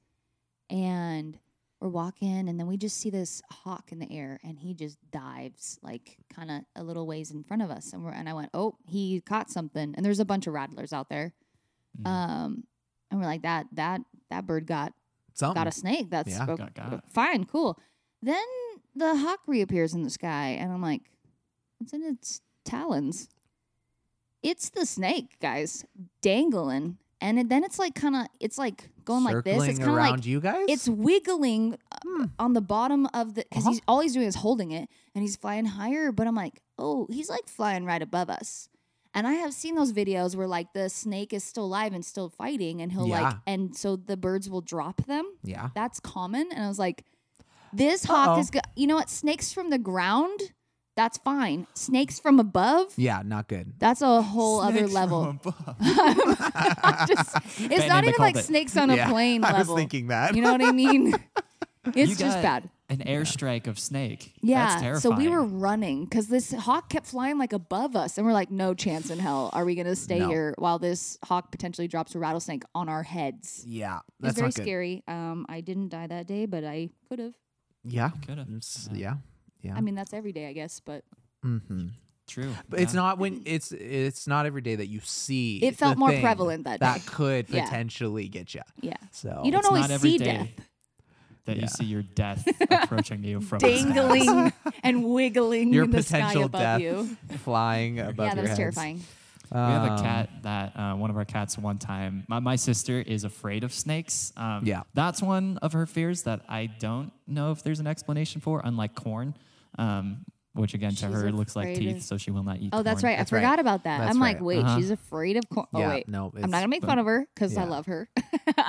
S3: and we're walking, and then we just see this hawk in the air, and he just dives like kind of a little ways in front of us, and we're and I went, oh, he caught something, and there's a bunch of rattlers out there,
S2: Mm.
S3: um, and we're like that that that bird got
S1: Something.
S3: got a snake. That's
S1: Um, Yeah.
S3: o-
S2: Got- got it.
S3: fine, cool. Then the hawk reappears in the sky, and I'm like, what's in its talons? It's the snake, guys, dangling. And it, then it's like kind of, it's like going like this.
S1: Circling
S3: It's kind of
S1: around
S3: like,
S1: you guys.
S3: it's wiggling uh,
S1: Hmm.
S3: on the bottom of the, because
S1: Uh-huh.
S3: he's all he's doing is holding it, and he's flying higher. But I'm like, oh, he's like flying right above us. And I have seen those videos where like the snake is still alive and still fighting, and he'll like,
S1: Yeah.
S3: and so the birds will drop them
S1: yeah.
S3: that's common. And I was like, this hawk
S1: Uh-oh.
S3: is, go- you know what? Snakes from the ground That's fine. Snakes from above?
S1: Yeah, not good.
S3: That's a whole other
S1: Snakes from
S3: level.
S1: above.
S3: I'm just, it's
S2: Batman,
S3: not
S2: they
S3: even like
S2: called it.
S3: snakes on a
S1: Yeah,
S3: plane
S1: I was
S3: level.
S1: thinking that.
S3: You know what I mean? It's
S2: You
S3: just
S2: got
S3: bad.
S2: An airstrike of snake. That's
S3: Yeah.
S2: terrifying.
S3: So we were running because this hawk kept flying like above us, and we're like, no chance in hell are we going to stay
S1: No.
S3: here while this hawk potentially drops a rattlesnake on our heads.
S1: yeah,
S3: It was
S1: that's
S3: very
S1: not good.
S3: scary. Um, I didn't die that day, but I could have.
S1: Yeah,
S2: Coulda.
S1: It's- yeah, yeah.
S3: I mean, that's every day, I guess, but
S1: mm-hmm.
S2: True.
S1: But it's not when it's it's not every day that you see.
S3: It
S1: the
S3: felt more
S1: thing
S3: prevalent that
S1: that
S3: day.
S1: could
S3: Yeah.
S1: potentially get you.
S3: yeah.
S1: So
S3: You don't
S2: It's
S3: always
S2: not every
S3: see
S2: day
S3: death
S2: That
S1: Yeah.
S2: you see your death approaching you from the skies.
S3: dangling and wiggling
S1: Your
S3: in the sky
S1: potential
S3: above
S1: death
S3: you.
S1: flying above.
S3: yeah, that
S1: your
S3: was
S1: heads.
S3: terrifying.
S2: We have
S1: Um,
S2: a cat that uh, one of our cats one time. My, my sister is afraid of snakes. Um,
S1: Yeah.
S2: that's one of her fears that I don't know if there's an explanation for. Unlike corn, um, which again to
S3: She's
S2: her looks like
S3: afraid
S2: teeth,
S3: of-
S2: so she will not eat.
S3: Oh, that's
S2: corn.
S3: right.
S1: That's
S3: I
S1: right.
S3: forgot about that.
S1: That's
S3: I'm
S1: right.
S3: like, wait,
S2: Uh-huh.
S3: she's afraid of corn.
S1: Yeah,
S3: oh, wait.
S1: no,
S3: I'm not
S1: it's-
S3: going to make fun of her because I
S1: yeah.
S3: love her.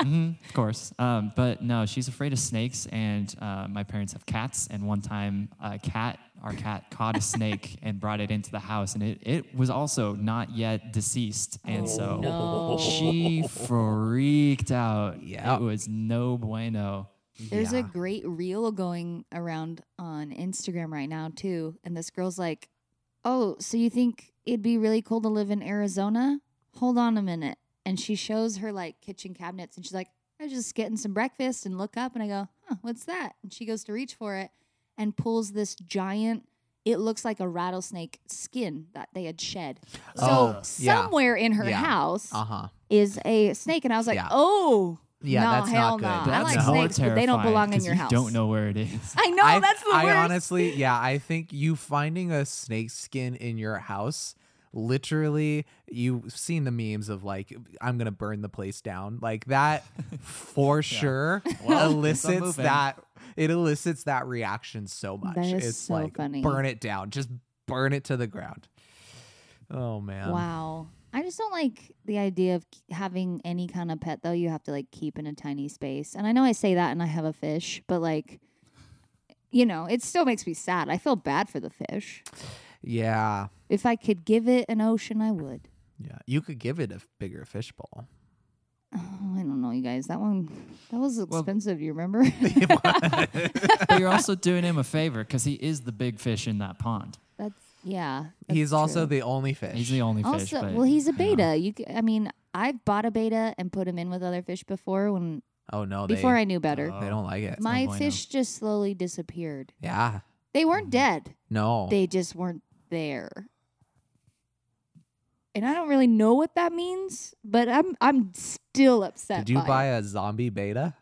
S2: Mhm, of course. Um, but no, she's afraid of snakes, and uh, my parents have cats. And one time, a cat, our cat, caught a snake and brought it into the house, and it, it was also not yet deceased, and so
S3: Oh, no.
S2: she freaked out.
S1: Yeah.
S2: it was no bueno.
S3: There's a
S1: yeah.
S3: great reel going around on Instagram right now too, and this girl's like, "Oh, so you think it'd be really cool to live in Arizona? Hold on a minute." And she shows her like kitchen cabinets, and she's like, "I was just getting some breakfast," and look up, and I go, "Huh, what's that?" And she goes to reach for it, and pulls this giant. It looks like a rattlesnake skin that they had shed. So
S1: Oh, yeah.
S3: somewhere in her
S1: Yeah.
S3: house
S1: Uh-huh.
S3: is a snake, and I was like,
S1: Yeah.
S3: "Oh,
S1: Yeah,
S3: no,
S1: that's not
S3: hell
S1: good.
S3: no. I
S1: That's
S3: like
S1: no.
S3: snakes, but they don't
S2: terrifying
S3: belong in
S2: 'cause
S3: your
S2: you
S3: house."
S2: Don't know where it is.
S3: I know
S1: I,
S3: that's the
S1: I
S3: worst.
S1: honestly, yeah, I think you finding a snake skin in your house, literally, you've seen the memes of like, I'm gonna burn the place down, like that, for sure
S2: Well, it's
S1: elicits
S2: unmoving.
S1: that. It elicits that reaction so much.
S3: That is
S1: it's
S3: so
S1: like
S3: funny.
S1: burn it down, just burn it to the ground. Oh man,
S2: Um,
S3: wow. I just don't like the idea of k- having any kind of pet though. You have to like keep in a tiny space. And I know I say that and I have a fish, but like you know, it still makes me sad. I feel bad for the fish.
S1: yeah,
S3: If I could give it an ocean, I would.
S1: yeah. You could give it a bigger fishbowl.
S3: Oh, I don't know, you guys. That one that was expensive, you remember?
S2: but you're also doing him a favor because he is the big fish in that pond.
S3: that's yeah. that's
S1: He's also
S3: true.
S1: the only fish.
S2: He's the only fish.
S3: also
S2: but,
S3: well he's a
S2: you know.
S3: beta. You, c I I mean, I've bought a beta and put him in with other fish before when
S1: oh no,
S3: before
S1: they,
S3: I knew better.
S2: Oh.
S1: they don't like it.
S3: My
S2: bueno.
S3: fish just slowly disappeared.
S1: Yeah,
S3: They weren't dead.
S1: no.
S3: They just weren't there. And I don't really know what that means, but I'm I'm still upset.
S1: Did you
S3: by
S1: buy
S3: it.
S1: a zombie beta?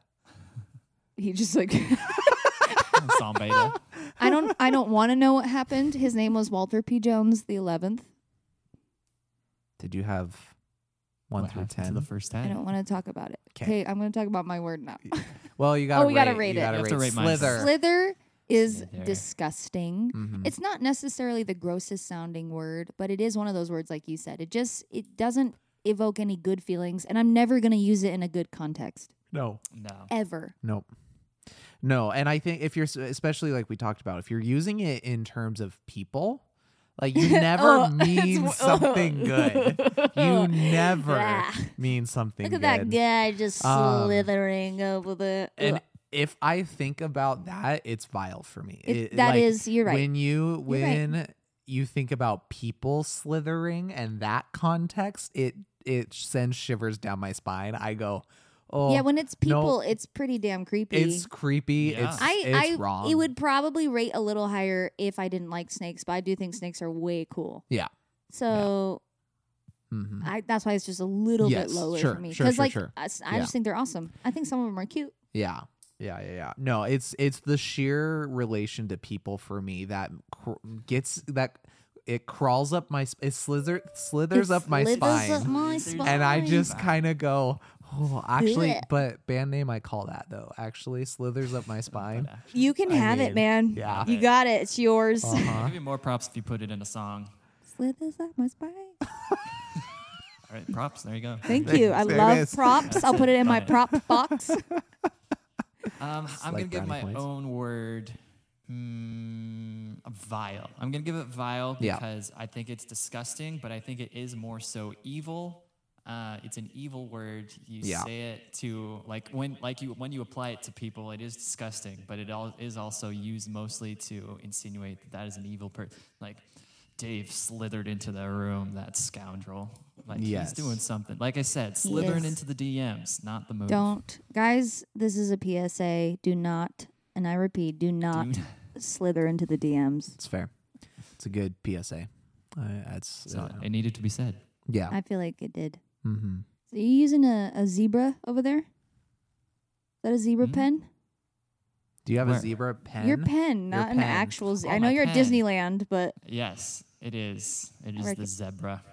S3: He just like
S2: Some beta.
S3: I don't I don't want to know what happened. His name was Walter P. Jones the eleventh.
S1: Did you have one
S2: What
S1: through
S2: happened to
S1: ten?
S2: the first
S3: I
S2: head.
S3: don't want to talk about it.
S1: 'Kay.
S3: Okay, I'm going to talk about my word now.
S1: well, you got.
S3: Oh, we gotta rate
S1: you
S3: it.
S1: Gotta
S2: You have to
S1: rate
S2: rate mine.
S1: Slither.
S3: Slither is
S2: Slither.
S3: disgusting.
S1: Mhm.
S3: It's not necessarily the grossest sounding word, but it is one of those words like you said. It just it doesn't evoke any good feelings and I'm never going to use it in a good context
S1: No,
S2: No.
S3: ever.
S1: nope. No, and I think if you're s- especially like we talked about, if you're using it in terms of people, like you never
S3: Oh,
S1: mean
S3: it's-
S1: something good. You never
S3: Blah.
S1: mean something.
S3: Look at
S1: good.
S3: that guy just
S1: Um,
S3: slithering over the
S1: And if I think about that, it's vile for me.
S3: It-
S1: It-
S3: that
S1: like,
S3: is- you're right.
S1: When you
S3: You're right.
S1: when you think about people slithering and that context, it it sends shivers down my spine. I go, oh,
S3: Yeah, when it's
S1: no.
S3: people, it's pretty damn creepy.
S1: it's creepy.
S2: Yeah.
S1: It's
S3: I,
S1: it's
S3: I
S1: wrong.
S3: it would probably rate a little higher if I didn't like snakes, but I do think snakes are way cool.
S1: Yeah.
S3: So
S1: Mhm.
S3: I, that's why it's just a little
S1: Yes,
S3: bit lower
S1: sure,
S3: for me.
S1: sure,
S3: Because
S1: sure,
S3: like
S1: sure.
S3: I, s- I
S1: Yeah.
S3: just think they're awesome. I think some of them are cute.
S1: Yeah. Yeah, yeah, yeah. No, it's it's the sheer relation to people for me that cr- gets that it crawls up my sp- it slither slithers
S3: It
S1: up my
S3: slithers
S1: spine.
S3: up my
S2: Slithers.
S1: and I
S3: spine.
S1: just kind of go, oh, actually,
S3: Blech.
S1: but band name I call that though. Actually, slithers up my spine.
S3: you can
S1: I
S3: have
S1: mean,
S3: it, man.
S1: yeah.
S3: you got it. It's yours.
S2: I'll
S1: Uh-huh.
S2: give you more props if you put it in a song.
S3: Slithers up my spine.
S2: All right, props. There you go.
S3: Thank
S1: There-
S3: you. I
S1: there it
S3: love
S1: is.
S3: props. I'll put it in my
S2: Done it.
S3: prop box.
S2: Um, I'm
S1: like
S2: gonna give
S1: brownie
S2: my
S1: points.
S2: own word. Mm, vile. I'm gonna give it vile
S1: Yeah.
S2: because I think it's disgusting, but I think it is more so evil. Uh, it's an evil word. You
S1: Yeah.
S2: say it to like when like you when you apply it to people, it is disgusting, but it all is also used mostly to insinuate that that is an evil person. Like Dave slithered into the room, that scoundrel. Like
S1: Yes.
S2: he's doing something. Like I said, slithering
S3: is.
S2: into the DMs, not the move.
S3: Don't, guys. This is a PSA. Do not, and I repeat, do not
S2: Do-
S3: slither into the DMs.
S1: It's fair. It's a good PSA. Uh, that's
S2: So
S1: uh,
S2: it needed to be said.
S1: yeah.
S3: I feel like it did.
S1: mm-hmm.
S3: So you using a, a zebra over there? Is that a zebra
S2: Mhm.
S3: pen?
S1: Do you have a
S2: Where?
S1: zebra pen?
S3: Your pen,
S1: Your
S3: not an
S1: pen.
S3: actual. Ze-
S2: Oh,
S3: I know
S2: my
S3: you're at
S2: pen.
S3: Disneyland, but
S2: Yes, it is. It is
S3: Reckon-
S2: the zebra.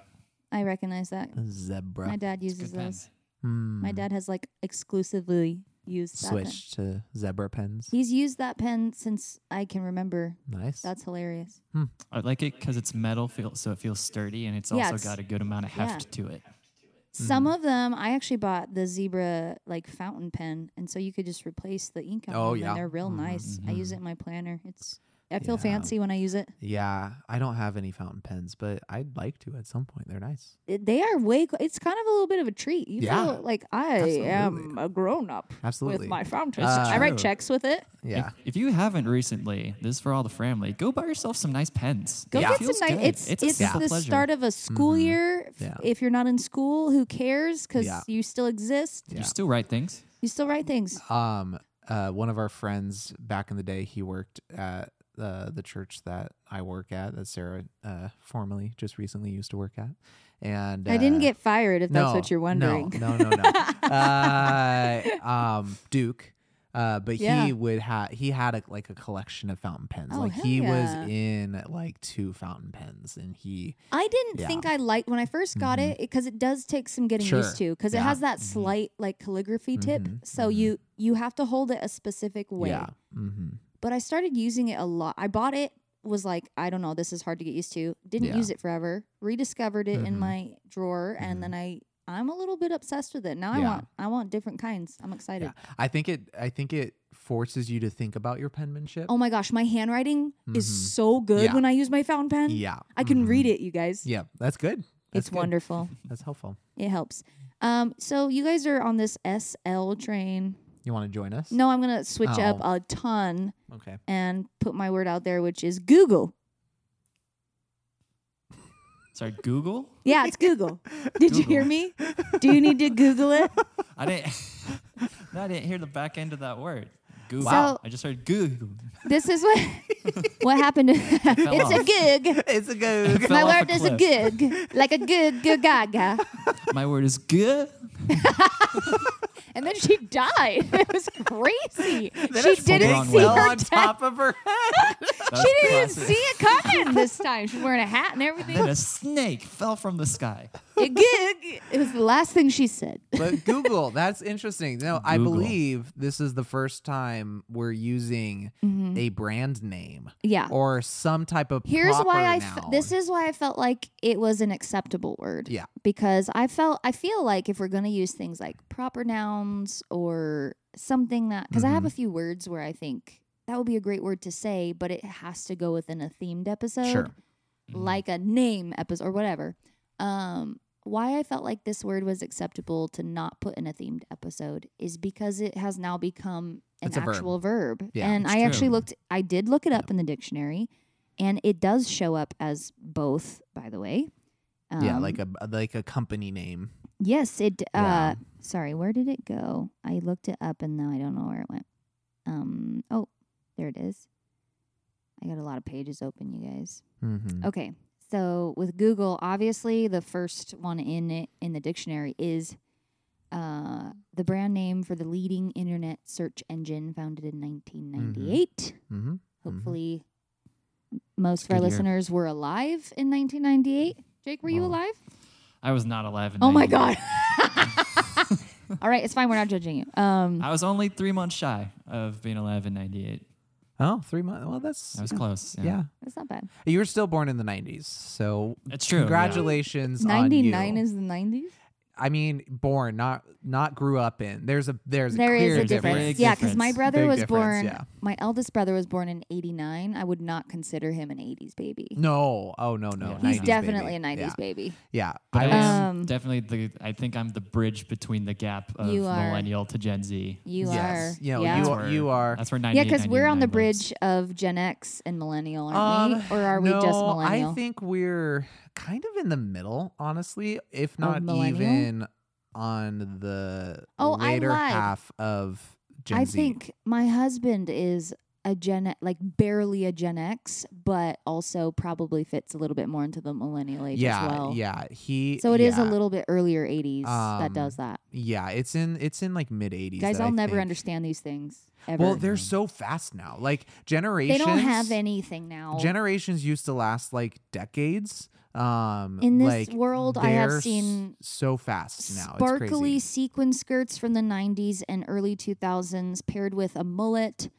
S3: I recognize that.
S1: A zebra.
S3: My dad
S2: It's a
S3: uses
S2: good pen.
S3: those. My
S1: Hmm.
S3: dad has like exclusively used that pen.
S1: switched to zebra pens.
S3: He's used that pen since I can remember.
S1: Nice.
S3: That's hilarious.
S2: I like it because it's metal, feel, so it feels sturdy, and it's
S3: Yeah,
S2: also
S3: it's-
S2: got a good amount of
S3: yeah.
S2: heft to it.
S1: Mm-hmm.
S3: Some of them I actually bought the zebra like fountain pen, and so you could just replace the ink on
S1: Oh,
S3: them,
S1: yeah.
S3: and they're real
S1: Mhm,
S3: nice. I use it in my planner. It's I feel
S1: Yeah.
S3: fancy when I use it.
S1: yeah, I don't have any fountain pens, but I'd like to at some point. They're nice.
S3: It- They are way. co- It's kind of a little bit of a treat. You
S1: Yeah.
S3: feel like I am
S1: Absolutely.
S3: a grown up
S1: Absolutely. Uh,
S3: with my fountain.
S1: It's
S3: I write
S2: true.
S3: checks with it.
S2: If-
S1: yeah.
S2: If, you haven't recently, this is for all the family. Go buy yourself some nice pens.
S3: Go
S2: It
S3: get
S2: feels
S3: some nice.
S2: good.
S3: It's it's,
S2: a simple
S3: the
S2: pleasure.
S3: start of a school
S1: Mhm.
S3: year. F-
S1: Yeah.
S3: If you're not in school, who cares? Because
S1: Yeah.
S3: you still exist.
S2: You
S1: Yeah.
S2: still write things.
S3: You still write things.
S1: Um, uh, one of our friends back in the day, he worked at uh, the church that I work at, that Sarah uh, formerly just recently used to work at, and
S3: I
S1: uh,
S3: didn't get fired. If that's what you're wondering.
S1: No, no, no. no. uh, um, Duke. Uh, but
S3: Yeah.
S1: he would have he had a, like a collection of fountain pens.
S3: Oh,
S1: like
S3: hell
S1: he
S3: yeah.
S1: was in like two fountain pens, and he
S3: I didn't
S1: Yeah. Mm-hmm.
S3: think I liked when I first got it because it does take some getting
S1: Sure.
S3: used to because it
S1: Yeah. Mm-hmm.
S3: has that slight like calligraphy tip.
S1: Mhm,
S3: So
S1: mhm.
S3: you you have to hold it a specific way.
S1: yeah. Mm-hmm.
S3: But I started using it a lot. I bought it was like I don't know this is hard to get used to. Didn't
S1: Yeah.
S3: use it forever. Rediscovered it in
S1: Mhm.
S3: my drawer
S1: Mhm.
S3: and then I I'm a little bit obsessed with it. Now I
S1: Yeah.
S3: want I want different kinds. I'm excited.
S1: Yeah. I think it. I think it forces you to think about your penmanship.
S3: Oh my gosh, my handwriting
S1: Mhm.
S3: is so good
S1: Yeah.
S3: when I use my fountain pen.
S1: yeah,
S3: I can
S1: mhm.
S3: read it, you guys.
S1: Yeah, that's good. That's
S3: it's
S1: good.
S3: wonderful.
S1: That's helpful.
S3: It helps. Um, so you guys are on this SL train.
S1: You want to join us?
S3: No, I'm gonna switch up
S1: Oh.
S3: a ton
S1: Okay.
S3: and put my word out there, which is Google.
S2: Sorry, Google.
S3: Yeah, it's Google. Did you hear
S2: Google.
S3: me? Do you need to Google it?
S2: I didn't. no, I didn't hear the back end of that word. Google.
S3: Wow.
S2: I just heard Google.
S3: This is what what happened. To, it's
S2: off.
S3: a gig.
S1: it's a go.
S2: Fell
S3: My
S2: off
S3: word is a gig, like a gig, gig gaga.
S2: My word is good.
S3: And then she died. It was crazy. she
S1: it
S3: didn't
S2: wrong
S3: see
S2: way.
S1: fell
S3: her
S1: on
S3: death.
S1: top of her head.
S3: She didn't even see it coming this time. She's wearing a hat and
S2: And
S3: everything.
S2: a snake fell from the sky.
S3: A gig. It was the last thing she said.
S1: but Google, that's interesting. No, I
S2: Google.
S1: believe this is the first time we're using a brand name
S3: Yeah.
S1: or some type of.
S3: Mm-hmm. Uh, Here's why I.
S1: F-
S3: F- this is why I felt like it was an acceptable word.
S1: Yeah.
S3: Because I felt I feel like if we're gonna use things like proper nouns or something that because I
S1: Mm-hmm.
S3: have a few words where I think that would be a great word to say, but it has to go within a themed episode,
S1: Sure. Mm-hmm.
S3: like a name episode or whatever. Um, why I felt like this word was acceptable to not put in a themed episode is because it has now become an
S1: It's a verb.
S3: actual verb,
S1: Yeah.
S3: and
S2: It's
S3: I actually
S2: true.
S3: looked. I did look it up in the dictionary and it does show up as both by the way
S1: yeah,
S3: Um,
S1: like a like a company name.
S3: yes it uh
S1: Yeah.
S3: sorry where did it go i looked it up and now i don't know where it went um oh there it is i got a lot of pages open you guys
S1: Mm-hmm.
S3: okay so with google obviously the first one in it in the dictionary is uh, the brand name for the leading internet search engine founded in 1998
S1: Mm-hmm. Mhm.
S3: hopefully m- most of
S2: Good
S3: our
S2: year.
S3: listeners were alive in 1998 jake were you
S1: Wow.
S3: alive
S2: I was not alive. In
S3: oh my
S2: 98.
S3: god all right it's fine we're not judging you um
S2: I was only three months shy of being alive in '98.
S1: Oh, three months. Well, that's
S2: I was close. Yeah,
S1: yeah.
S3: that's not bad
S1: You were still born in the '90s, so
S2: it's true. yeah.
S1: congratulations. on you.
S3: 99 is the 90s
S1: I mean, born, not not grew up in. There's a there's a
S3: There
S1: clear
S3: is a difference.
S1: difference.
S2: Big
S3: yeah, because my
S2: difference.
S3: brother
S1: Big
S3: was
S1: difference,
S3: born,
S1: yeah.
S3: my eldest brother was born in 89. I would not consider him an 80s baby.
S1: No, oh no, no.
S2: Yeah.
S3: He's
S1: 90s
S3: definitely
S1: baby.
S3: a 90s
S1: yeah.
S3: baby.
S1: Yeah,
S2: But I
S1: I
S3: was-
S1: was,
S2: am
S3: Um,
S2: definitely the. I think I'm the bridge between the gap of
S3: You are.
S2: millennial to Gen Z.
S3: You
S1: yes,
S3: are.
S1: you know,
S3: yeah.
S2: That's
S1: you are. You are
S2: That's where
S3: yeah,
S2: 98,
S3: because we're on the
S2: 99 lives.
S3: bridge of Gen X and millennial, aren't
S1: Um,
S3: we? Or are we just
S1: no,
S3: millennial?
S1: I think we're kind of in the middle, honestly, if not
S3: millennial?
S1: even on the
S3: Oh, I
S1: later
S3: lied.
S1: half of Gen
S3: I
S1: Z.
S3: think my husband is a Gen, like barely a Gen X, but also probably fits a little bit more into the millennial age
S1: yeah,
S3: as well.
S1: yeah. He
S3: So it is
S1: yeah,
S3: a little bit earlier 80s that does
S1: Um,
S3: that.
S1: Yeah, it's in it's in like mid 80s.
S3: Guys,
S1: that
S3: I'll
S1: I
S3: never
S1: think-
S3: understand these things ever.
S1: Well, they're so fast now. Like
S3: they
S1: generations
S3: don't have anything now.
S1: generations used to last like decades. Um
S3: In this
S1: like,
S3: world, I have
S1: they're s-
S3: seen
S1: so fast now. it's
S3: Sparkly
S1: crazy.
S3: sequin skirts from the 90s and early 2000s paired with a mullet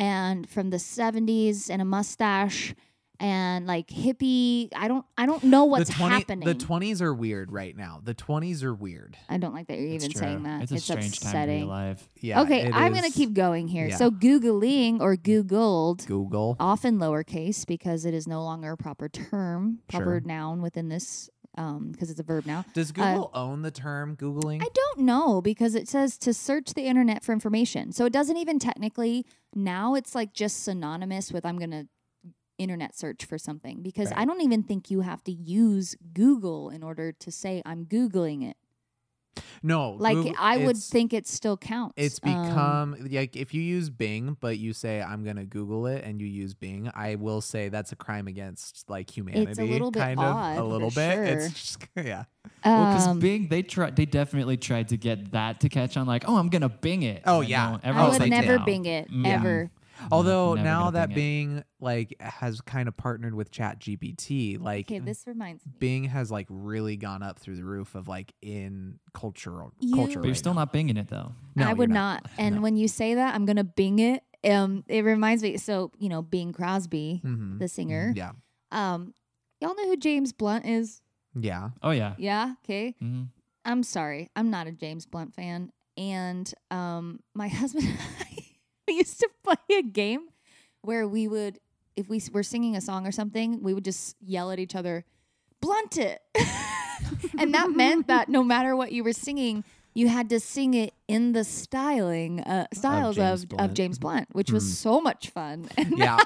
S3: and from the 70s and a mustache and like hippie. I don't I don't know what's
S1: the 20,
S3: happening.
S1: The twenties are weird right now. The twenties are weird.
S3: I don't like that you're
S2: It's
S3: even
S2: true.
S3: saying that.
S2: It's a strange time to
S3: upsetting.
S2: be alive.
S1: Yeah.
S3: okay,
S1: it
S3: I'm going to
S1: is.
S3: keep going here.
S1: yeah.
S3: So googling or googled
S1: Google.
S3: often lowercase because it is no longer a proper term, proper
S1: Sure.
S3: noun within this, because it's a verb
S2: Mm.
S3: now.
S1: Does Google own the term googling?
S3: uh, I don't know because it says to search the internet for information. So it doesn't even technically, now it's like just synonymous with I'm going to internet search for something because I
S1: Right.
S3: don't even think you have to use Google in order to say I'm Googling it.
S1: no.
S3: Like
S1: Google-
S3: I would
S1: it's-
S3: think it still counts.
S1: It's
S3: Um,
S1: become like if you use Bing, but you say I'm gonna Google it, and you use Bing, I will say that's a crime against like humanity.
S3: little bit
S1: kind
S3: odd,
S1: of
S3: for
S1: a little bit.
S3: sure.
S1: It's just, yeah.
S2: Well, because
S3: um,
S2: Bing, they try, they definitely tried to get that to catch on. Like, oh, I'm gonna Bing it.
S1: Oh,
S2: And
S1: yeah.
S2: no-
S1: I
S3: I
S2: everyone's
S3: would
S2: like,
S3: never
S2: no.
S3: Bing it
S2: Mm,
S3: ever.
S1: Although
S2: never
S1: now
S2: gonna
S1: that
S2: Bing
S1: Bing like has kind of partnered with ChatGPT, like
S3: Okay, this reminds me.
S1: Bing has like really gone up through the roof of like in cultural
S3: You-
S1: culture.
S2: But you're
S1: right
S2: still
S1: now.
S2: not Binging it though.
S1: No,
S3: I
S1: you're
S3: would not. And
S1: No.
S3: when you say that, I'm gonna Bing it. Um, it reminds me. So you know, Bing Crosby,
S1: Mhm.
S3: the singer.
S1: Yeah.
S3: Um, y'all know who James Blunt is?
S1: Yeah.
S2: Oh yeah.
S3: Yeah. Okay.
S2: hmm
S3: I'm sorry. I'm not a James Blunt fan. And um, my husband and I we used to play a game where we would, if we s- were singing a song or something, we would just yell at each other, blunt it. and that meant that no matter what you were singing, you had to sing it in the styling uh, styles
S1: James
S3: of, of
S1: Blunt.
S3: James Blunt, which was
S1: Hmm.
S3: so much fun. And
S1: Yeah.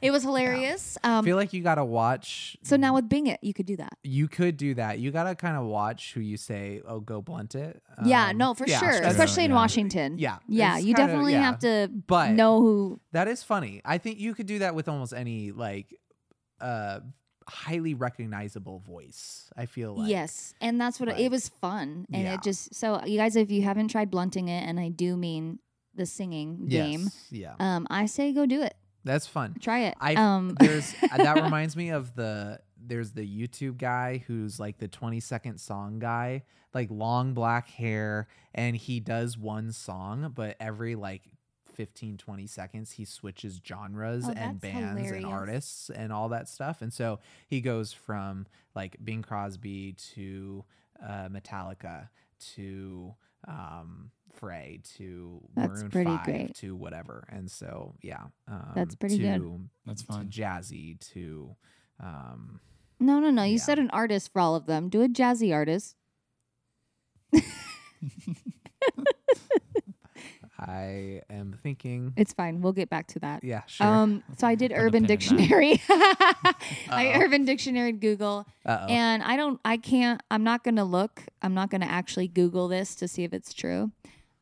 S3: it was hilarious.
S1: I
S3: Um,
S1: feel like you gotta watch.
S3: so now with Bing It, you could do that.
S1: You could do that. You gotta kind of watch who you say, "Oh, go blunt it."
S3: yeah,
S1: Um,
S3: no, for
S1: yeah,
S3: sure,
S1: that's-
S3: especially in
S2: yeah.
S3: Washington.
S1: Yeah,
S3: yeah,
S1: it's
S3: you
S1: kinda-
S3: definitely
S1: yeah.
S3: have to
S1: But
S3: know who.
S1: that is funny. I think you could do that with almost any like uh highly recognizable voice. I feel like
S3: yes, and that's what it
S1: like-
S3: was fun, and
S1: Yeah.
S3: it just so you guys, if you haven't tried blunting it, and I do mean the singing game,
S1: Yes, Yeah,
S3: um, I say go do it,
S1: that's fun.
S3: try it.
S1: I-
S3: um,
S1: There's uh, that reminds me of the there's the YouTube guy who's like the 20 second song guy, like long black hair, and he does one song, but every like 15 20 seconds he switches genres
S3: Oh,
S1: and
S3: that's
S1: bands
S3: hilarious.
S1: and artists and all that stuff and so he goes from like bing crosby to uh, metallica to um Frey to
S3: That's
S1: Maroon
S3: pretty
S1: 5
S3: great.
S1: to whatever. And so, yeah. Um,
S3: That's pretty good.
S1: to
S2: That's
S1: to
S2: fun.
S1: jazzy to um
S3: no, no, no, you
S1: yeah.
S3: said an artist for all of them. Do a jazzy artist.
S1: i am thinking
S3: It's fine. We'll get back to that.
S1: yeah sure
S3: Um, so I did
S2: Put a
S3: Urban
S2: pin in that.
S3: Dictionary. I
S1: Uh-oh.
S3: Urban Dictionary Google.
S1: Uh-oh.
S3: And I don't, I can't, I'm not going to look. I'm not going to actually Google this to see if it's true.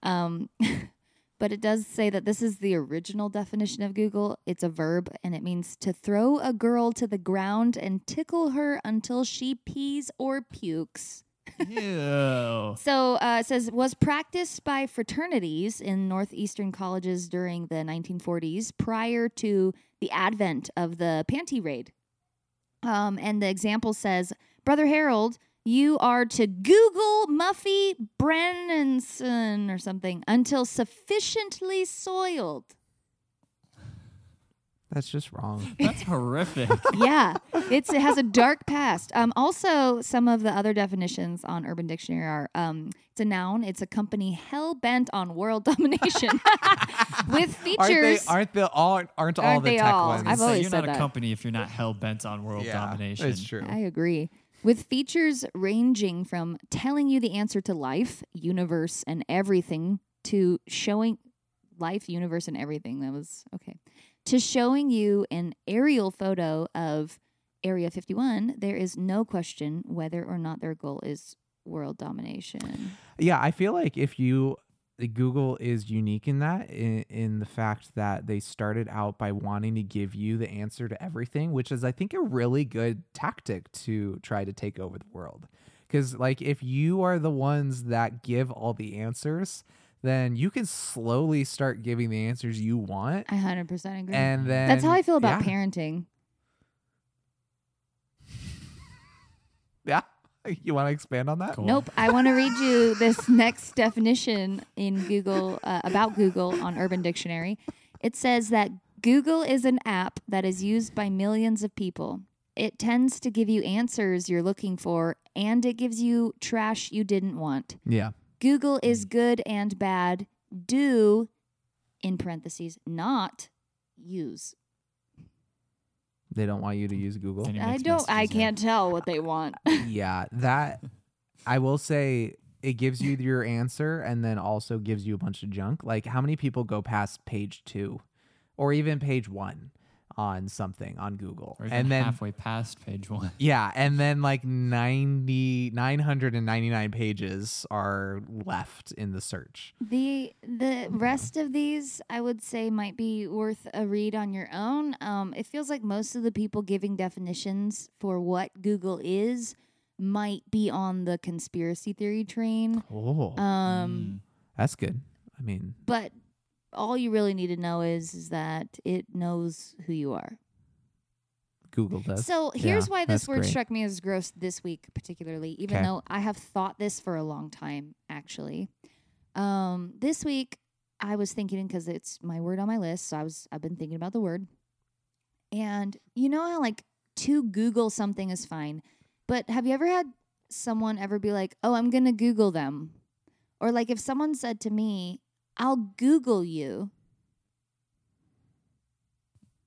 S3: Um, but it does say that this is the original definition of Google. It's a verb and it means to throw a girl to the ground and tickle her until she pees or pukes.
S2: Ew.
S3: So uh, it says was practiced by fraternities in northeastern colleges during the 1940s, prior to the advent of the panty raid. Um, and the example says, "Brother Harold, you are to Google Muffy Brennanson or something until sufficiently soiled."
S1: That's just wrong.
S2: That's horrific.
S3: yeah, it's it has a dark past. Um, also, some of the other definitions on Urban Dictionary are um, it's a noun. It's a company hell bent on world domination with
S1: Aren't they?
S3: features.
S1: Aren't the all? Aren't, all
S3: Aren't
S1: the
S3: they
S1: tech
S3: all?
S1: ones?
S3: I've always
S2: you're
S3: said
S2: not
S3: that.
S2: a company if you're not hell bent on world domination.
S1: It's true.
S3: I agree. With features ranging from telling you the answer to life, universe, and everything to showing life, universe, and everything. That was okay. To showing you an aerial photo of Area 51, there is no question whether or not their goal is world domination.
S1: Yeah, I feel like if you Google is unique in that in, in the fact that they started out by wanting to give you the answer to everything, which is I think a really good tactic to try to take over the world. Cuz like if you are the ones that give all the answers, then you can slowly start giving the answers you want.
S3: I 100% agree.
S1: And then
S3: That's how I feel about
S1: yeah,
S3: parenting.
S1: Yeah. You want to expand on that?
S2: Cool.
S3: Nope. I want to read you this next definition in Google uh, about Google on Urban Dictionary. It says that Google is an app that is used by millions of people. It tends to give you answers you're looking for, and it gives you trash you didn't want.
S1: Yeah.
S3: Google
S2: Hmm.
S3: is good and bad. Do, in parentheses, not use.
S1: They don't want you to use Google.
S2: Then he
S3: I
S2: makes
S3: don't. I
S2: messages, yeah.
S3: can't tell what they want.
S1: yeah, that I will say it gives you your answer and then also gives you a bunch of junk. Like how many people go past page 2 or even page 1 on something on Google.
S2: Or even
S1: And then
S2: halfway past page one.
S1: yeah, and then like 90 999 pages are left in the search.
S3: The the rest of these I would say might be worth a read on your own. Um, it feels like most of the people giving definitions for what Google is might be on the conspiracy theory train.
S1: Oh,
S2: mm.
S3: Um,
S1: that's good. I mean,
S3: but all you really need to know is, is that it knows who you are.
S1: Google does.
S3: so here's
S1: yeah,
S3: why this
S1: that's
S3: word
S1: great.
S3: struck me as gross this week, particularly, even
S1: 'Kay.
S3: though I have thought this for a long time, actually. Um, this week I was thinking because it's my word on my list, so I was I've been thinking about the word. And you know how like to Google something is fine, but have you ever had someone ever be like, "Oh, I'm gonna Google them," or like if someone said to me, "I'll Google you,"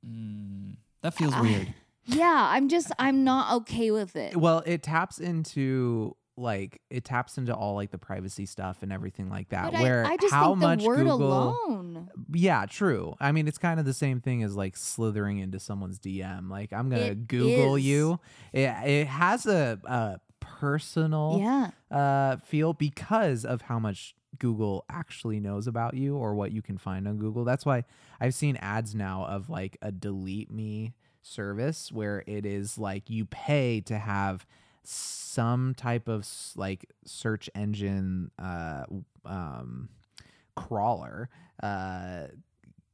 S2: Mm, that feels
S3: I-
S2: weird.
S3: yeah, I'm just I'm not okay with it.
S1: Well, it taps into like it taps into all like the privacy stuff and everything like that.
S3: But
S1: where
S3: I, I just
S1: how
S3: think the
S1: much
S3: word
S1: Google,
S3: alone.
S1: Yeah, true. I mean, it's kind of the same thing as like slithering into someone's DM. Like I'm gonna
S3: It
S1: Google
S3: is.
S1: you. It it has a, a personal
S3: Yeah.
S1: uh, feel because of how much Google actually knows about you or what you can find on Google. That's why I've seen ads now of like a delete me service where it is like you pay to have some type of s- like search engine uh w- um crawler uh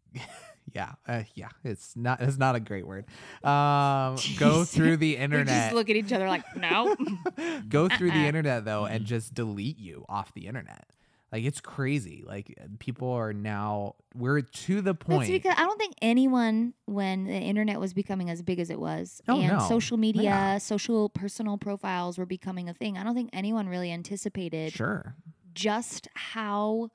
S1: yeah uh, yeah it's not it's not a great word um go
S3: Jeez.
S1: through the
S3: We just
S1: internet
S3: look at each other like, no.
S1: go through the
S3: Uh-uh.
S1: internet though and just delete you off the internet like it's crazy like uh, people are now we're to the
S3: That's
S1: point
S3: because I don't think anyone, when the internet was becoming as big as it was,
S1: Oh,
S3: and
S1: no.
S3: social media,
S1: Yeah.
S3: social personal profiles were becoming a thing, I don't think anyone really anticipated
S1: sure
S3: just how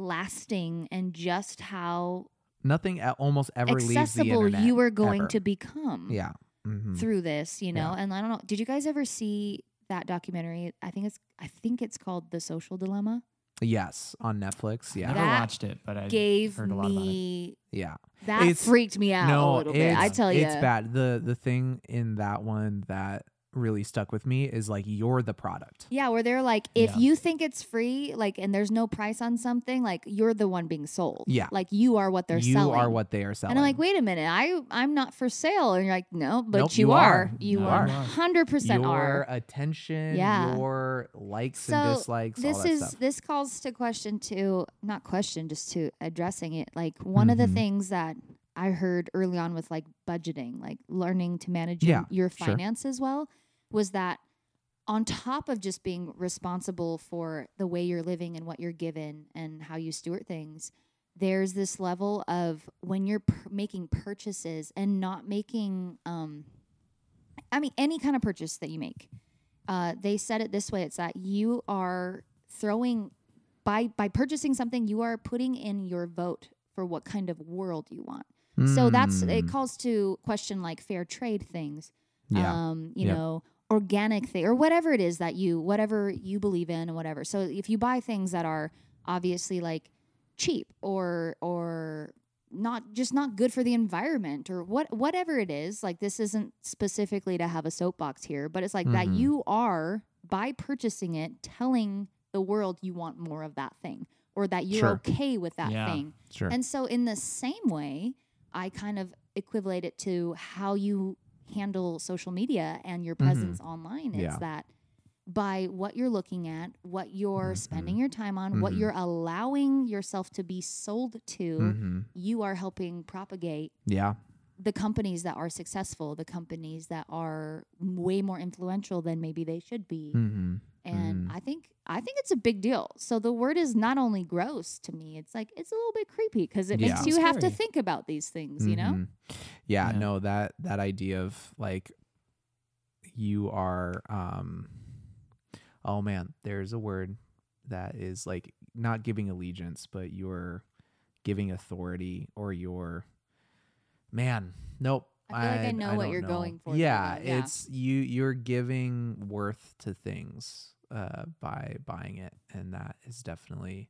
S3: lasting and just how
S1: nothing a- almost ever leaves the
S3: accessible
S1: internet
S3: you were going
S1: ever.
S3: to become
S1: yeah Mhm.
S3: through this, you know.
S1: Yeah.
S3: And I don't know, did you guys ever see that documentary? I think it's I think it's called The Social Dilemma.
S1: yes on netflix yeah
S2: Never
S3: That
S2: watched it, but I
S3: Gave
S2: heard a lot about it.
S3: me
S1: yeah
S3: that
S1: It's-
S3: freaked me out
S1: no
S3: a little bit. I
S1: it's-
S3: tell you,
S1: it's bad the the thing in that one that really stuck with me is like you're the product
S3: Yeah, where they're like, if
S2: Yeah.
S3: you think it's free, like, and there's no price on something, like, you're the one being sold.
S1: Yeah.
S3: like you are what they're
S1: you
S3: selling.
S1: are what they are selling
S3: And I'm like, wait a minute, I I'm not for sale. And you're like, no, but
S1: Nope,
S3: you,
S1: you
S3: are.
S1: are.
S3: You
S2: No,
S3: are
S2: you are.
S3: hundred percent
S1: your
S3: are.
S1: attention
S3: Yeah.
S1: your likes
S3: So,
S1: and dislikes all
S3: This
S1: that
S3: is
S1: stuff.
S3: this calls to question to not question, just to addressing it. Like one of the
S1: Mhm.
S3: things that I heard early on with like budgeting, like learning to manage
S1: Yeah,
S3: your, your
S1: sure.
S3: finances well, was that on top of just being responsible for the way you're living and what you're given and how you steward things, there's this level of when you're pur- making purchases and not making um i mean any kind of purchase that you make uh, they said it this way it's that you are throwing by by purchasing something you are putting in your vote for what kind of world you want so that's it
S1: Mm,
S3: calls to question like fair trade things
S1: yeah.
S3: um, you
S1: Yep.
S3: know, organic thing or whatever it is that you whatever you believe in and whatever. So if you buy things that are obviously like cheap or or not just not good for the environment or what whatever it is, like this isn't specifically to have a soapbox here, but it's like that
S1: Mhm.
S3: you are by purchasing it telling the world you want more of that thing or that you're
S1: Sure.
S3: okay with that
S2: Yeah.
S3: thing.
S1: sure.
S3: And so, in the same way, I kind of equivalate it to how you handle social media and your presence online. It's
S1: Mm-hmm. Yeah.
S3: that by what you're looking at, what you're
S1: Mhm.
S3: spending your time on, what
S1: Mhm.
S3: you're allowing yourself to be sold to,
S1: hmm
S3: you are helping propagate
S1: Yeah.
S3: the companies that are successful, the companies that are m- way more influential than maybe they should be
S1: hmm
S3: and
S1: Mm.
S3: I think I think it's a big deal. So the word is not only gross to me; it's like it's a little bit creepy because it
S1: Yeah.
S3: makes you have to
S2: Scary.
S3: think about these things, you know?
S1: Mhm. Yeah,
S2: Yeah.
S1: no, that that idea of like you are um oh man, there's a word that is like not giving allegiance, but you're giving authority or you're man, nope.
S3: I feel like I know what
S1: don't
S3: you're going for,
S1: Yeah,
S3: though, yeah.
S1: it's you you're giving worth to things uh by buying it and that is definitely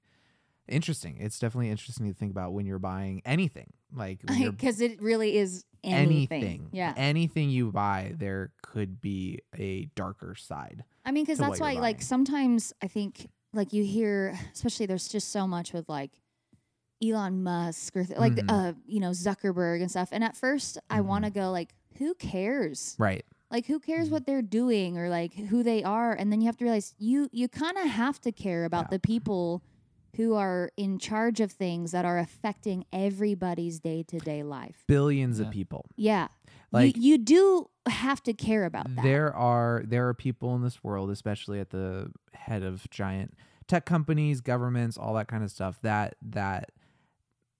S1: interesting. It's definitely interesting to think about when you're buying anything. Like when you're
S3: Because it really is anything.
S1: anything.
S3: Yeah,
S1: Anything you buy, there could be a darker side.
S3: I mean, because
S1: to
S3: that's
S1: what
S3: why,
S1: you're
S3: like
S1: buying.
S3: sometimes I think like you hear, especially there's just so much with like. Elon Musk or th- like
S1: Mhm.
S3: uh you know Zuckerberg and stuff and at 1st I
S1: Mhm.
S3: want to go like who cares
S1: Right.
S3: like who cares
S1: Mm-hmm.
S2: Mhm.
S3: what they're doing or like who they are and then you have to realize you you kind of have to care about
S1: Yeah.
S3: the people who are in charge of things that are affecting everybody's day-to-day life
S1: Billions
S2: Yeah.
S1: of people.
S3: yeah
S1: Like
S3: you, you do have to care about that
S1: there are there are people in this world, especially at the head of giant tech companies, governments, all that kind of stuff, that that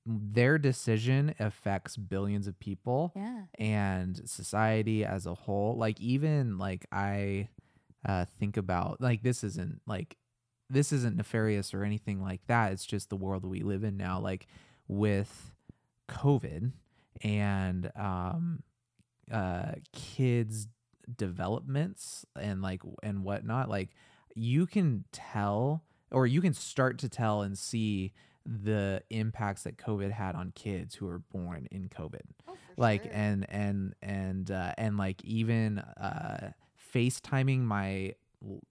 S1: their decision affects billions of people.
S3: yeah
S1: and society as a whole like even like i uh think about like this isn't like this isn't nefarious or anything like that it's just the world we live in now like with covid and um uh kids developments and like w- and whatnot like you can tell or you can start to tell and see the impacts that covid had on kids who were born in covid like and and and uh, and like even uh facetiming my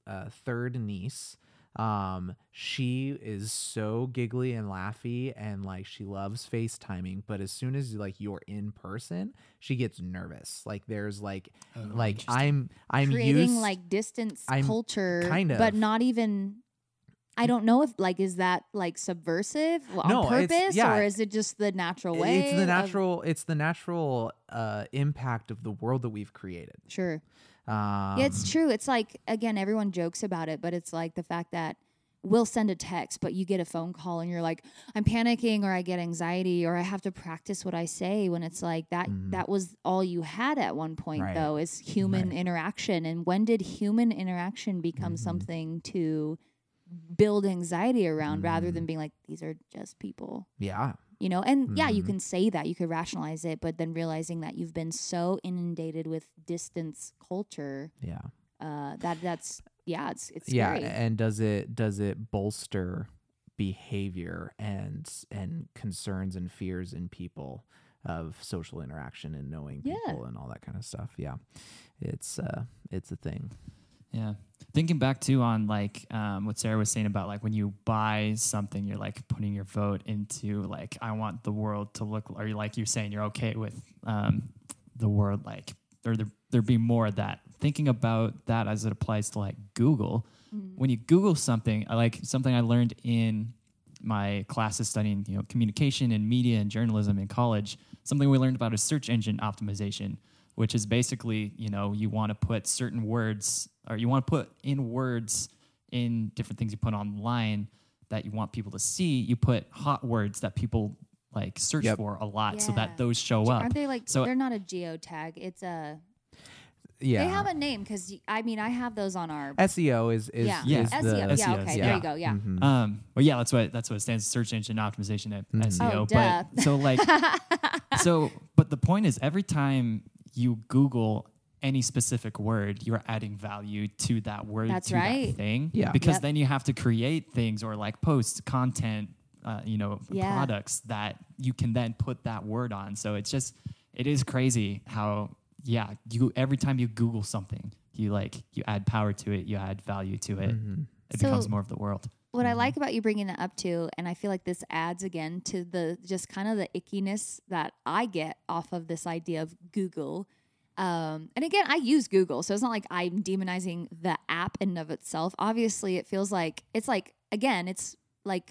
S1: uh, third niece um she is so giggly and laughy and like she loves facetiming but as soon as like you're in person she gets nervous like there's like
S2: Oh,
S1: like
S2: interesting.
S1: i'm i'm
S3: creating
S1: used
S3: like distance
S1: I'm-
S3: culture
S1: kind
S3: but
S1: of.
S3: not even I don't know if like is that like subversive on
S1: No, it's-
S3: purpose
S1: yeah.
S3: or is it just the natural way?
S1: it's the
S3: of-
S1: natural it's the natural uh impact of the world that we've created
S3: sure.
S1: um
S3: Yeah, it's true. It's like again, everyone jokes about it, but it's like the fact that we'll send a text, but you get a phone call and you're like, I'm panicking or I get anxiety or I have to practice what I say when it's like that
S1: Mhm.
S3: that was all you had at one point
S1: Right.
S3: though is human
S1: Right.
S3: interaction. And when did human interaction become
S1: Mhm.
S3: something to build anxiety around rather
S1: Mhm.
S3: than being like, these are just people?
S1: yeah
S3: you know and yeah you
S1: Mhm.
S3: can say that you could rationalize it but then realizing that you've been so inundated with distance culture
S1: yeah
S3: uh that that's yeah it's it's
S1: yeah
S3: scary
S1: and does it does it bolster behavior and and concerns and fears in people of social interaction and knowing
S3: Yeah.
S1: people and all that kind of stuff yeah it's uh it's a thing
S2: Yeah. Thinking back too on like um, what Sarah was saying about like when you buy something, you're like putting your vote into like I want the world to look, or you like you're saying you're okay with um, the world like or there there be more of that. Thinking about that as it applies to like Google,
S3: Mm-hmm.
S2: when you Google something, I like something I learned in my classes studying you know communication and media and journalism in college. Something we learned about is search engine optimization which is basically you know you want to put certain words or you want to put in words in different things you put online that you want people to see, you put hot words that people like search
S1: Yep.
S2: for a lot so
S3: Yeah.
S2: that those show up.
S3: Aren't they like?
S2: So-
S3: they're not a geotag. It's a.
S1: Yeah.
S3: They have a name because I mean I have those on our.
S1: SEO is is
S3: yeah.
S2: Yeah.
S1: is
S3: SEO.
S1: the E
S3: yeah.
S2: SEOs,
S3: Okay. There
S2: yeah.
S3: you go. Yeah.
S1: Mhm.
S2: Um, well, yeah, that's what that's what it stands search engine optimization at SEO.
S3: Oh, duh.
S2: but so like,
S1: Mm-hmm.
S2: so but the point is, every time you Google any specific word, you're adding value to that word.
S3: That's
S2: to that
S3: right.
S2: thing.
S1: Yeah.
S2: because
S3: Yep.
S2: then you have to create things or like posts, content, uh, you know,
S3: Yeah.
S2: products that you can then put that word on. So it's just it is crazy how yeah you every time you Google something, you like you add power to it, you add value to it. It
S3: So-
S2: becomes more of the world.
S3: What I like about you bringing that up too, and I feel like this adds again to the just kind of the ickiness that I get off of this idea of Google. Um, and again, I use Google, so it's not like I'm demonizing the app in and of itself. Obviously, it feels like it's like again, it's like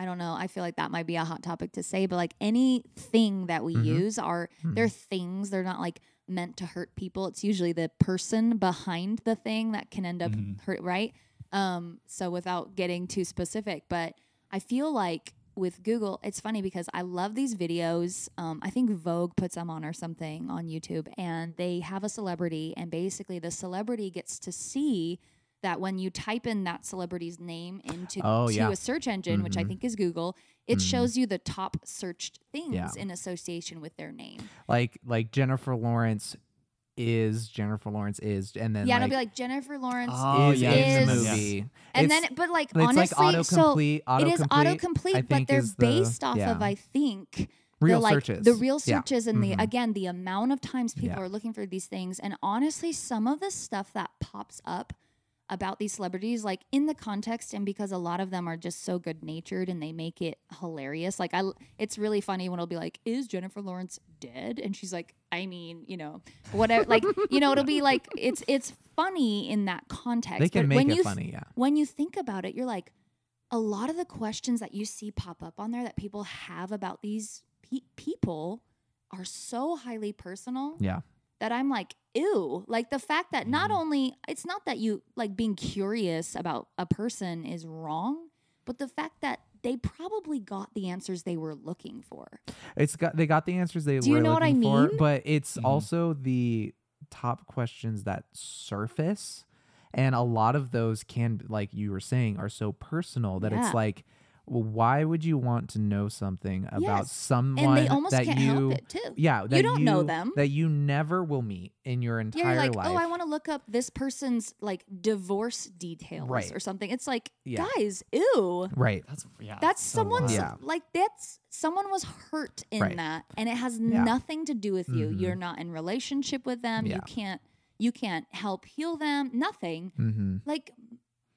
S3: I don't know. I feel like that might be a hot topic to say, but like anything that we
S1: Mhm.
S3: use are they're things. They're not like meant to hurt people. It's usually the person behind the thing that can end up
S2: Mhm.
S1: Mm-hmm.
S3: hurt, right? Um, so without getting too specific, but I feel like with Google, it's funny because I love these videos. Um, I think Vogue puts them on or something on YouTube, and they have a celebrity, and basically the celebrity gets to see that when you type in that celebrity's name into
S1: Oh,
S3: to
S1: yeah.
S3: a search engine, which I
S1: Mhm.
S3: think is Google, it
S1: Mhm.
S3: shows you the top searched things
S1: Yeah.
S3: in association with their name.
S1: Like like Jennifer Lawrence is Jennifer Lawrence is and then
S3: yeah,
S1: like,
S3: it'll be like Jennifer Lawrence.
S2: Oh,
S1: is
S2: yeah,
S1: in the
S3: is-
S1: movie.
S3: and
S1: It's-
S3: then, but like,
S1: But it's
S3: honestly,
S1: like
S3: so
S1: autocomplete.
S3: it
S1: autocomplete,
S3: is
S1: I
S3: autocomplete, but
S1: think,
S3: they're
S1: is the-
S3: based off
S1: yeah.
S3: of, I think,
S1: real
S3: the, like,
S1: searches.
S3: The real
S1: Yeah.
S3: searches and
S1: Mhm.
S3: the again the amount of times people
S1: Yeah.
S3: are looking for these things. And honestly, some of the stuff that pops up about these celebrities, like in the context, and because a lot of them are just so good natured and they make it hilarious. Like I, l- it's really funny when it'll be like, "Is Jennifer Lawrence dead?" And she's like, "I mean, you know, whatever." like you know, it'll be like it's it's funny in that context.
S1: They can
S3: but
S1: make
S3: when
S1: it
S3: you th-
S1: funny. Yeah.
S3: when you think about it, you're like, a lot of the questions that you see pop up on there that people have about these pe- people are so highly personal
S1: Yeah. Mm-hmm.
S3: that I'm like, ew. Like the fact that not
S2: Mhm.
S3: only, it's not that you like being curious about a person is wrong, but the fact that they probably got the answers they were looking for.
S1: It's got they got the answers they
S3: Do you
S1: were
S3: know what I
S1: looking for,
S3: mean?
S1: but it's
S2: Mhm.
S1: also the top questions that surface, and a lot of those can, like you were saying, are so personal that
S3: Yeah.
S1: it's like, well, why would you want to know something about
S3: Yes.
S1: someone
S3: And they almost
S1: that
S3: can't
S1: you,
S3: help it too.
S1: yeah, that
S3: don't know them.
S1: that you never will meet in your entire
S3: Yeah, you're like,
S1: life?
S3: oh, I want to look up this person's like divorce details
S1: Right.
S3: or something. It's like,
S1: Yeah.
S3: guys, ew.
S1: right,
S2: That's yeah.
S3: That's
S2: so
S3: someone's
S2: wild.
S1: Yeah.
S3: like that's someone was hurt in
S1: Right.
S3: that and it has
S1: Yeah.
S3: nothing to do with you.
S1: Mhm.
S3: You're not in relationship with them.
S1: Yeah.
S3: You can't you can't help heal them. Nothing.
S1: mm-hmm.
S3: Like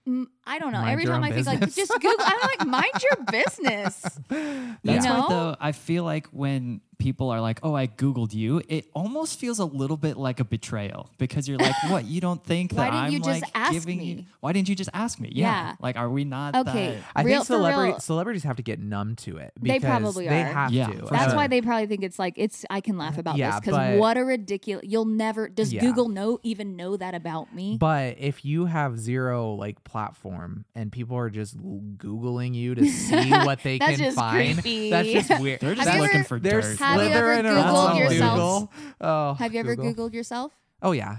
S3: mm, I don't know.
S1: Mind
S3: Every
S1: your
S3: time
S1: own
S3: I think like
S1: business.
S3: just Google I'm like mind your business.
S2: That's
S3: You know?
S2: why though I feel like when people are like, "Oh, I googled you," it almost feels a little bit like a betrayal because you're like, "What? You don't think
S3: Why
S2: that
S3: didn't
S2: I'm
S3: you just
S2: like
S3: ask
S2: giving you?
S3: me?"
S2: Why didn't you just ask me? Yeah,
S3: Yeah.
S2: like are we not
S3: Okay.
S2: that-
S1: I
S3: real,
S1: think
S3: for
S1: celebri-
S3: real.
S1: celebrities have to get numb to it
S3: They
S1: because
S3: probably
S1: they
S3: are.
S1: have
S2: Yeah,
S1: to.
S2: for
S3: That's
S2: sure.
S3: why they probably think it's like it's I can laugh about
S1: Yeah,
S3: this because
S1: but-
S3: what a ridiculous you'll never does
S1: Yeah.
S3: Google know even know that about me?
S1: But if you have zero like platform and people are just l- googling you to see what they
S3: That's
S1: can
S3: just
S1: find,
S3: creepy.
S1: that's just weird.
S2: They're just
S1: That's-
S3: you
S2: looking
S3: ever-
S2: for
S1: they're
S2: dirt.
S3: Have you ever
S1: slithering
S3: Googled
S1: around on
S3: yourselves?
S1: Google. Oh,
S3: Have you ever
S1: Google.
S3: Googled yourself?
S1: Oh yeah,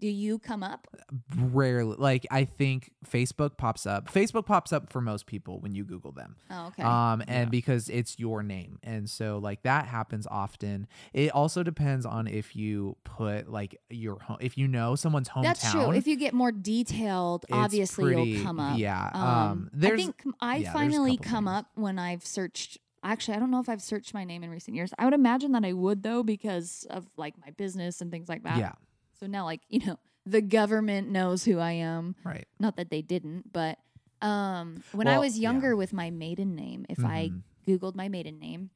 S3: Do you come up?
S1: rarely. Like I think Facebook pops up. Facebook pops up for most people when you Google them.
S3: Oh, okay.
S1: Um, and
S2: Yeah.
S1: because it's your name. And so like that happens often. It also depends on if you put like your home, if you know someone's hometown.
S3: That's true. If you get more detailed,
S1: it's
S3: obviously
S1: pretty-
S3: you'll come up.
S1: Yeah. Um,
S3: Um, I
S1: there's
S3: think I
S1: yeah, there's a
S3: finally
S1: couple
S3: come
S1: things.
S3: up when I've searched. Actually, I don't know if I've searched my name in recent years. I would imagine that I would though because of like my business and things like that.
S1: yeah,
S3: So now, like you know, the government knows who I am.
S1: right.
S3: Not that they didn't, but um, when I
S1: Well,
S3: was
S1: yeah.
S3: younger with my maiden name, if I
S1: Mhm.
S3: googled my maiden name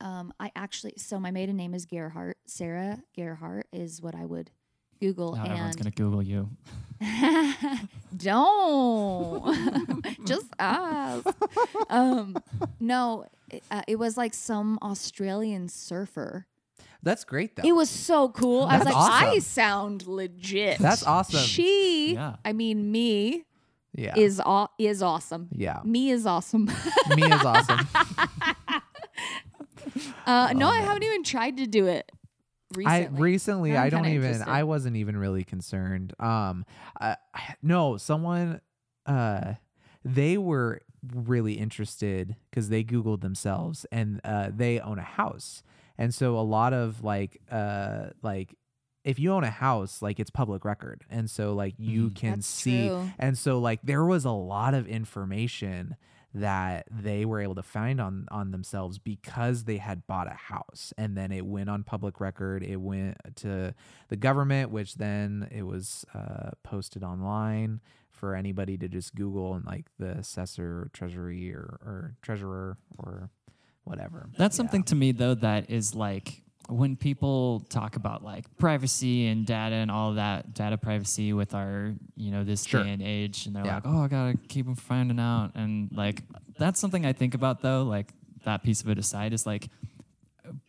S3: um i actually so my maiden name is gerhart sarah gerhart is what i would google
S2: Now everyone's
S3: and
S2: gonna Google you.
S3: don't just ask um no it, uh, it was like some australian surfer
S1: That's great though.
S3: it was so cool i was
S1: That's
S3: like i
S1: awesome.
S3: sound legit
S1: That's awesome.
S3: she
S2: Yeah.
S3: i mean me
S1: Yeah.
S3: is all is awesome.
S1: yeah.
S3: Me is awesome.
S1: Me is awesome. Oh,
S3: Uh, no, I haven't even tried to do it
S1: I
S3: recently.
S1: recently
S3: I'm
S1: I don't
S3: kinda
S1: even
S3: interested.
S1: I wasn't even really concerned. Um I, I- no, someone uh they were really interested cuz they googled themselves and uh they own a house. And so a lot of like uh like if you own a house, like it's public record. And so like you
S2: Mhm.
S1: can
S3: Mm, That's
S1: see
S3: true.
S1: and so like there was a lot of information that they were able to find on on themselves because they had bought a house and then it went on public record it went to the government which then it was uh, posted online for anybody to just google and like the assessor or treasury or, or treasurer or whatever
S2: That's
S1: Yeah.
S2: something to me though that is like when people talk about like privacy and data and all that data privacy with our you know this
S1: Sure.
S2: day and age and they're
S1: Yeah.
S2: like oh I gotta keep them finding out and like that's something I think about though like that piece of it aside is like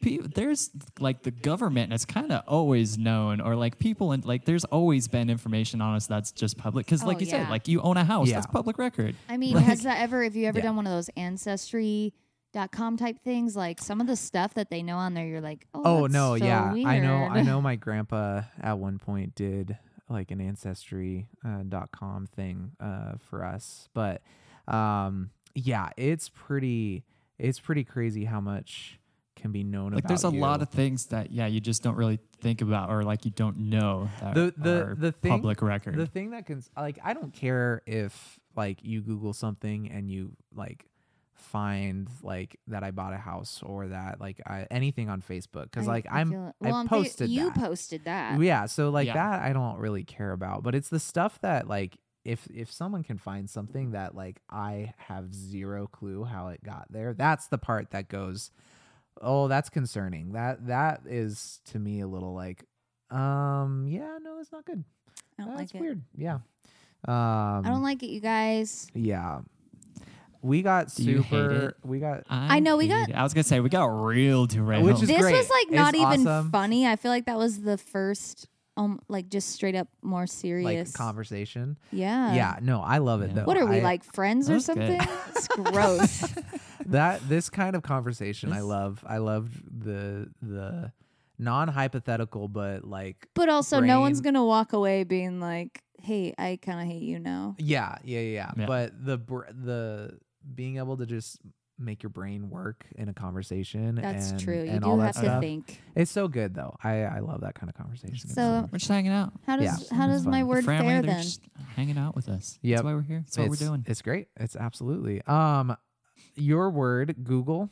S2: pe- there's like the government has kind of always known or like people and like there's always been information on us that's just public because
S3: Oh,
S2: like you said
S3: yeah.
S2: like you own a house
S1: Yeah.
S2: that's public record
S3: I mean,
S2: Like-
S3: has that ever? Have you ever
S1: Yeah.
S3: done one of those ancestry? Dot com type things like some of the stuff that they know on there you're like oh,
S1: oh
S3: that's
S1: no
S3: so
S1: yeah i know i
S3: weird."
S1: know my grandpa at one point did like an ancestry uh, dot com thing uh, for us but um yeah it's pretty it's pretty crazy how much can be known
S2: like
S1: about
S2: there's a
S1: you.
S2: lot of things that yeah you just don't really think about or like you don't know that
S1: The- the-
S2: are
S1: the thing-
S2: public record
S1: the thing that can like i don't care if like you google something and you like find like that i bought a house or that like I, anything on facebook because like
S3: I
S1: i'm
S3: feel it.
S1: I
S3: well, I'm fa-
S1: posted
S3: you
S1: that.
S3: posted that
S1: yeah so like
S2: Yeah.
S1: that i don't really care about but it's the stuff that like if if someone can find something that like i have zero clue how it got there that's the part that goes oh that's concerning that that is to me a little like um yeah no that's not good
S3: I don't
S1: oh, that's
S3: like it
S1: weird yeah um
S3: I don't like it you guys
S1: yeah we got
S2: Do you hate
S1: super we got
S3: I know, we got-
S2: hate it. i was gonna say we got real derailed
S1: Which is-
S3: this
S1: great.
S3: was like
S1: It's
S3: not even
S1: awesome.
S3: funny I feel like that was the first um like just straight up more
S1: like
S3: serious
S1: conversation
S3: yeah
S1: yeah no i love it
S2: Yeah.
S1: though
S3: what are we
S1: I-
S3: like friends
S2: That
S3: or
S2: was
S3: something
S2: good.
S3: it's gross
S1: that this kind of conversation I
S2: This-
S1: love. I love the the non hypothetical, but like
S3: but also no one's
S1: Brain.
S3: gonna walk away being like hey I kind of hate you now
S1: yeah, yeah, yeah. yeah.
S2: Yeah.
S1: But the br- the being able to just make your brain work in a conversation.
S3: that's
S1: and-
S3: true you
S1: and
S3: do
S1: all that
S3: have to
S1: stuff.
S3: think
S1: It's so good though. I I love that kind of conversation.
S3: So-
S2: we're just hanging out
S3: how
S1: Yeah.
S3: does how does
S2: It's
S3: my
S2: fine.
S3: word
S2: the family,
S3: fare
S2: they're
S3: then
S2: just hanging out with us
S1: Yep.
S2: that's why we're here that's what we're
S1: it's,
S2: doing
S1: It's great. It's absolutely. Um, your word Google.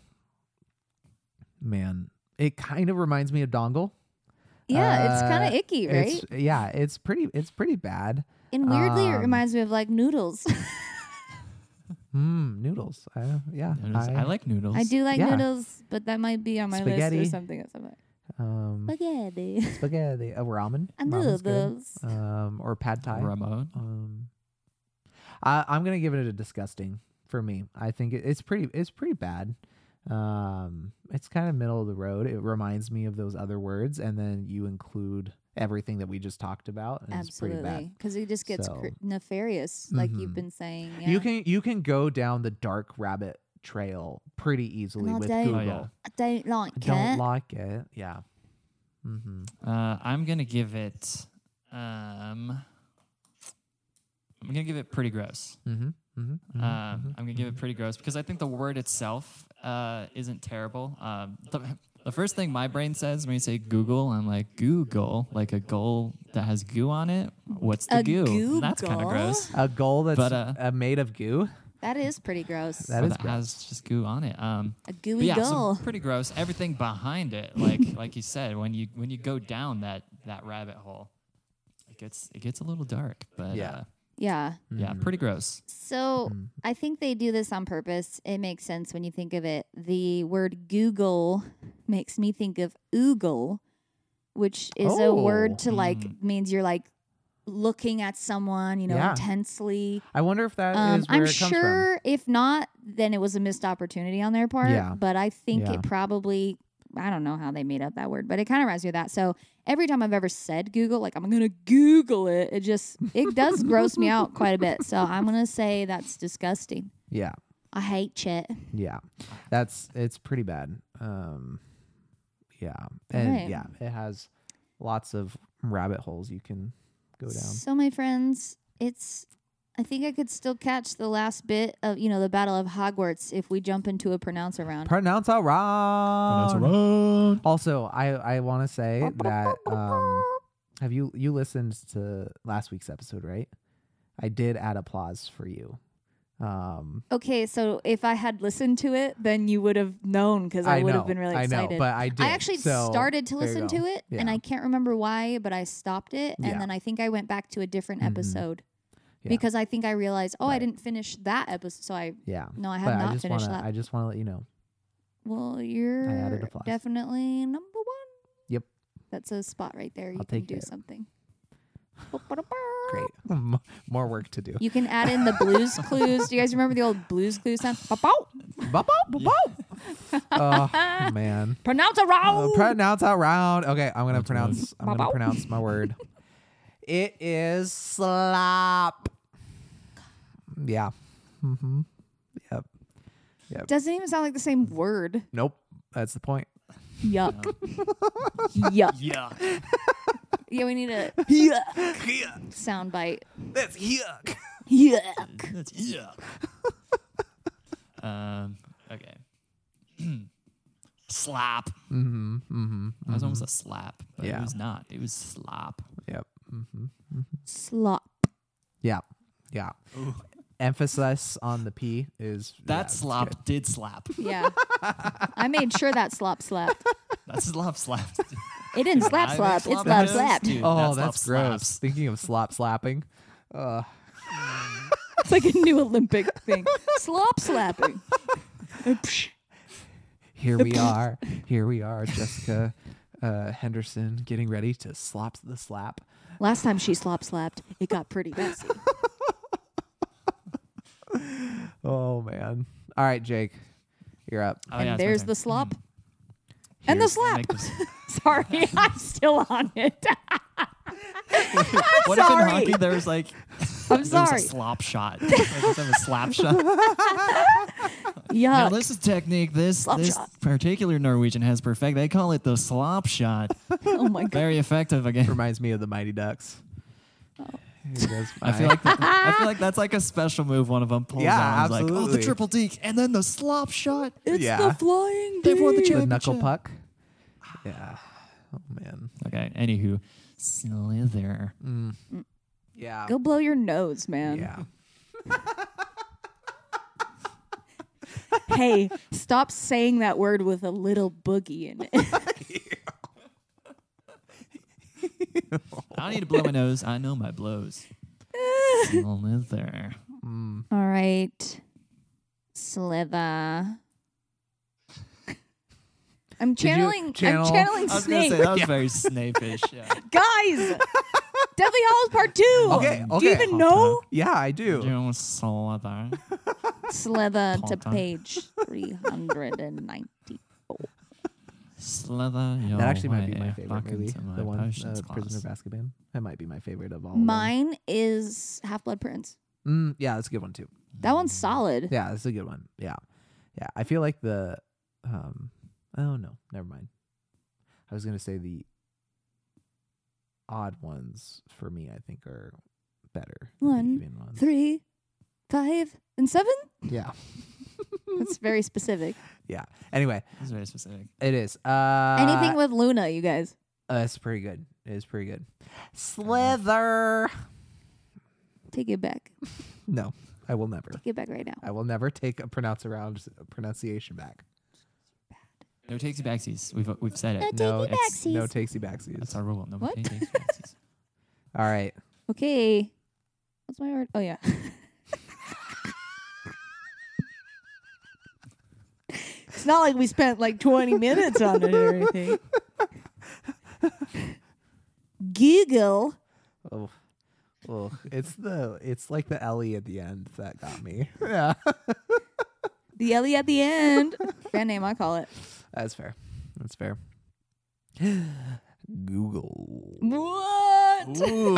S1: Man, it kind of reminds me of dongle.
S3: Yeah, it's kind
S1: Uh,
S3: of icky, right?
S1: It's, yeah, it's pretty. It's pretty bad.
S3: and weirdly, it
S1: um,
S3: reminds me of like noodles.
S1: Mm, noodles. I, yeah,
S2: Noodles. I, like noodles
S3: I do like
S1: Yeah.
S3: noodles, but that might be on my
S1: Spaghetti.
S3: list or something at some point.
S1: um,
S3: Spaghetti.
S1: spaghetti, uh, ramen,
S3: I
S1: Ramen's
S3: love
S1: good.
S3: those.
S1: um, or pad thai.
S2: Ramon.
S1: Um, I, I'm gonna give it a disgusting for me. I think it, it's pretty. It's pretty bad. Um, it's kind of middle of the road. It reminds me of those other words, and then you include everything that we just talked about. And It's pretty bad.
S3: Absolutely. Because it just gets
S1: So-
S3: cr- nefarious, like
S1: Mhm.
S3: you've been saying. Yeah.
S1: You can you can go down the dark rabbit trail pretty easily
S3: all
S1: with
S3: day.
S1: Google.
S2: Oh, yeah.
S3: I don't like
S1: I Don't
S3: it.
S1: like it. Yeah. Mm-hmm.
S2: Uh, I'm gonna give it. Um, I'm gonna give it pretty gross.
S1: Mm-hmm. Mm-hmm.
S2: Um, I'm gonna give it pretty gross because I think the word itself uh, isn't terrible. Um, the, the first thing my brain says when you say Google, I'm like Google, like a goal that has goo on it. What's the
S3: A
S2: goo? That's kind of
S3: Google?
S2: gross.
S1: a goal that's
S2: But, uh,
S1: uh, made of goo.
S3: that is pretty gross.
S1: That
S2: Or
S1: is
S2: that has just goo on it. Um,
S3: a
S2: but
S3: gooey
S2: yeah, so
S3: gull.
S2: pretty gross. Everything behind it, like like you said, when you when you go down that that rabbit hole, it gets it gets a little dark. But
S1: Yeah. Mm-hmm.
S2: uh,
S3: yeah.
S2: Yeah, pretty gross.
S3: So
S1: Mm.
S3: I think they do this on purpose. It makes sense when you think of it. The word Google makes me think of oogle, which is a
S1: Oh.
S3: word to like
S2: Mm.
S3: means you're like looking at someone, you know,
S1: Yeah.
S3: intensely.
S1: I wonder if that is
S3: Um,
S1: where
S3: I'm
S1: it comes from.
S3: sure if not, then it was a missed opportunity on their part.
S1: Yeah.
S3: But I think
S1: Yeah.
S3: it probably I don't know how they made up that word, but it kind of reminds me of that. So every time I've ever said Google, like I'm gonna Google it, it just it does gross me out quite a bit. So I'm gonna say that's disgusting.
S1: Yeah.
S3: I hate chit.
S1: Yeah. That's it's pretty bad. Um yeah. And
S3: Right.
S1: yeah, it has lots of rabbit holes you can go down.
S3: So my friends, it's I think I could still catch the last bit of you know the Battle of Hogwarts if we jump into a pronounce around.
S1: Pronounce it
S3: Um,
S1: wrong.
S2: road.
S1: Also, I I want to say that um have you you listened to last week's episode, right? I did add applause for you. Um
S3: Okay, so if I had listened to it, then you would have known because I, would
S1: know,
S3: have been really
S1: I
S3: excited.
S1: know, but I did.
S3: I actually
S1: so
S3: started to
S1: there you
S3: listen
S1: go.
S3: to it, and
S1: Yeah.
S3: I can't remember why, but I stopped it, and
S1: Yeah.
S3: then I think I went back to a different
S1: Mhm.
S3: episode
S1: Yeah.
S3: because I think I realized, oh, I
S1: Right.
S3: didn't finish that episode, so I
S1: Yeah.
S3: no, I have
S1: But I
S3: not
S1: just
S3: finished
S1: wanna I
S3: that.
S1: just wanna let you know.
S3: well, you're
S1: applause.
S3: definitely number one.
S1: Yep.
S3: that's a spot right there. You
S1: I'll
S3: can
S1: take
S3: do
S1: it.
S3: something.
S1: Great. M- More work to do.
S3: You can add in the Blues Clues. Do you guys remember the old Blues Clues sound?
S1: Bop, bop, bop, bop. oh man.
S3: Pronounce it
S1: Uh,
S3: wrong.
S1: pronounce out round. Okay, I'm gonna
S2: That's right.
S1: pronounce. I'm gonna
S3: Bow-bow.
S1: pronounce my word. it is slop. Yeah. Mm-hmm. Yep.
S3: Doesn't even sound like the same word.
S1: Nope. That's the point.
S3: Yuck. Yuck.
S2: Yuck.
S3: Yeah, we need a yuck
S1: Yuck.
S3: sound bite.
S1: That's yuck.
S3: Yuck.
S2: That's yuck. um, okay. slap.
S1: Mm-hmm. Mm-hmm.
S2: That was almost a slap, but
S1: Yeah.
S2: it was not. It was slap.
S1: Yep. Mm-hmm.
S3: Slop.
S1: Yeah. Yeah. Emphasis on the P is yeah,
S2: That
S1: it's
S2: slap
S1: good.
S2: did slap.
S3: Yeah. I made sure that slop slapped.
S2: That slap slapped.
S3: It didn't slap
S2: I
S3: slap.
S2: think
S3: It slap
S2: does,
S3: slapped.
S2: dude.
S1: Oh,
S2: That slap
S1: that's gross.
S2: slaps.
S1: Thinking of slop slapping. Uh,
S3: It's like a new Olympic thing. Slop slapping. Psh.
S1: here we are. Here we are, Jessica uh, Henderson, getting ready to slop the slap.
S3: Last time she slop slapped, it got pretty messy.
S1: Oh man! All right, Jake, you're up.
S2: Oh,
S3: and
S2: yeah, it's my
S3: there's
S2: turn.
S3: the slop
S2: Mm.
S3: and the
S1: Here's-
S2: I
S3: slap.
S2: make this-
S3: Sorry, I'm still on it.
S2: what
S3: sorry.
S2: if in hockey there was like
S3: I'm
S2: there was
S3: sorry.
S2: a slop shot? Like, instead of a slap shot. Now
S3: Yuck.
S2: this is technique. This
S3: Slop
S2: this
S3: shot.
S2: particular Norwegian has perfect. They call it the slop shot.
S3: Oh my god.
S2: Very effective again.
S1: Reminds me of the Mighty Ducks. Here goes
S2: I feel
S1: my-
S2: like that, I feel like that's like a special move. One of them pulls
S1: Yeah,
S2: out. and is Like, oh,
S1: absolutely.
S2: the triple deke, and then the slop shot.
S3: It's
S1: Yeah.
S3: the flying
S2: They've won the
S3: bee.
S1: the knuckle
S2: championship.
S1: puck. Yeah. Oh man.
S2: Okay. Anywho, slither.
S1: Yeah.
S3: Go blow your nose, man.
S1: Yeah.
S3: Hey, stop saying that word with a little boogie in it.
S2: I don't need to blow my nose. I know my blows. slither.
S1: Mm.
S3: All right. Slither. I'm
S1: you
S3: channeling
S1: channel-
S3: I'm channeling
S2: I was
S3: Snape.
S2: gonna say that was very snapish. Yeah.
S3: Guys! Deadly Hallows Part 2.
S1: Okay,
S2: Um,
S1: okay.
S3: Do you even know?
S1: Yeah, I do.
S2: Doing slither.
S3: Slither to
S2: Tauntaun.
S3: page 390.
S2: Slither. Your
S1: That actually might
S2: way
S1: be my favorite
S2: back
S1: movie.
S2: into my
S1: The one,
S2: potions
S1: uh, Prisoner
S2: class.
S1: of Azkaban. That might be my favorite of all. of them.
S3: Mine is Half Blood Prince.
S1: Mm, yeah, that's a good one too.
S3: That one's solid.
S1: Mm. Yeah, that's a good one. Yeah, yeah. I feel like the, um, oh no, never mind. I was gonna say the odd ones for me. I think are better. than the
S3: One,
S1: even ones.
S3: Three, five, and seven?
S1: Yeah,
S3: That's very specific.
S1: yeah. Anyway,
S2: That's very specific.
S1: it is. Uh,
S3: Anything with Luna, you guys.
S1: Uh, it's pretty good. It's pretty good. Slither.
S3: Take it back.
S1: No, I will never.
S3: Take it back right now.
S1: I will never take a pronounce around pronunciation back.
S2: No takesy backsies. We've we've said it.
S1: no,
S3: takey
S1: it's no
S3: backsies.
S1: takesy
S2: That's
S1: backsies.
S2: our rule. No
S3: What?
S2: takesy backsies.
S1: All right.
S3: Okay. What's my word? Oh yeah. it's not like we spent like 20 minutes on it or anything. Google.
S1: Oh, oh, it's the it's like the Ellie at the end that got me. Yeah,
S3: E The Ellie at the end. Band name, I call it.
S1: that's fair. That's fair. Google.
S3: What?
S2: Ooh.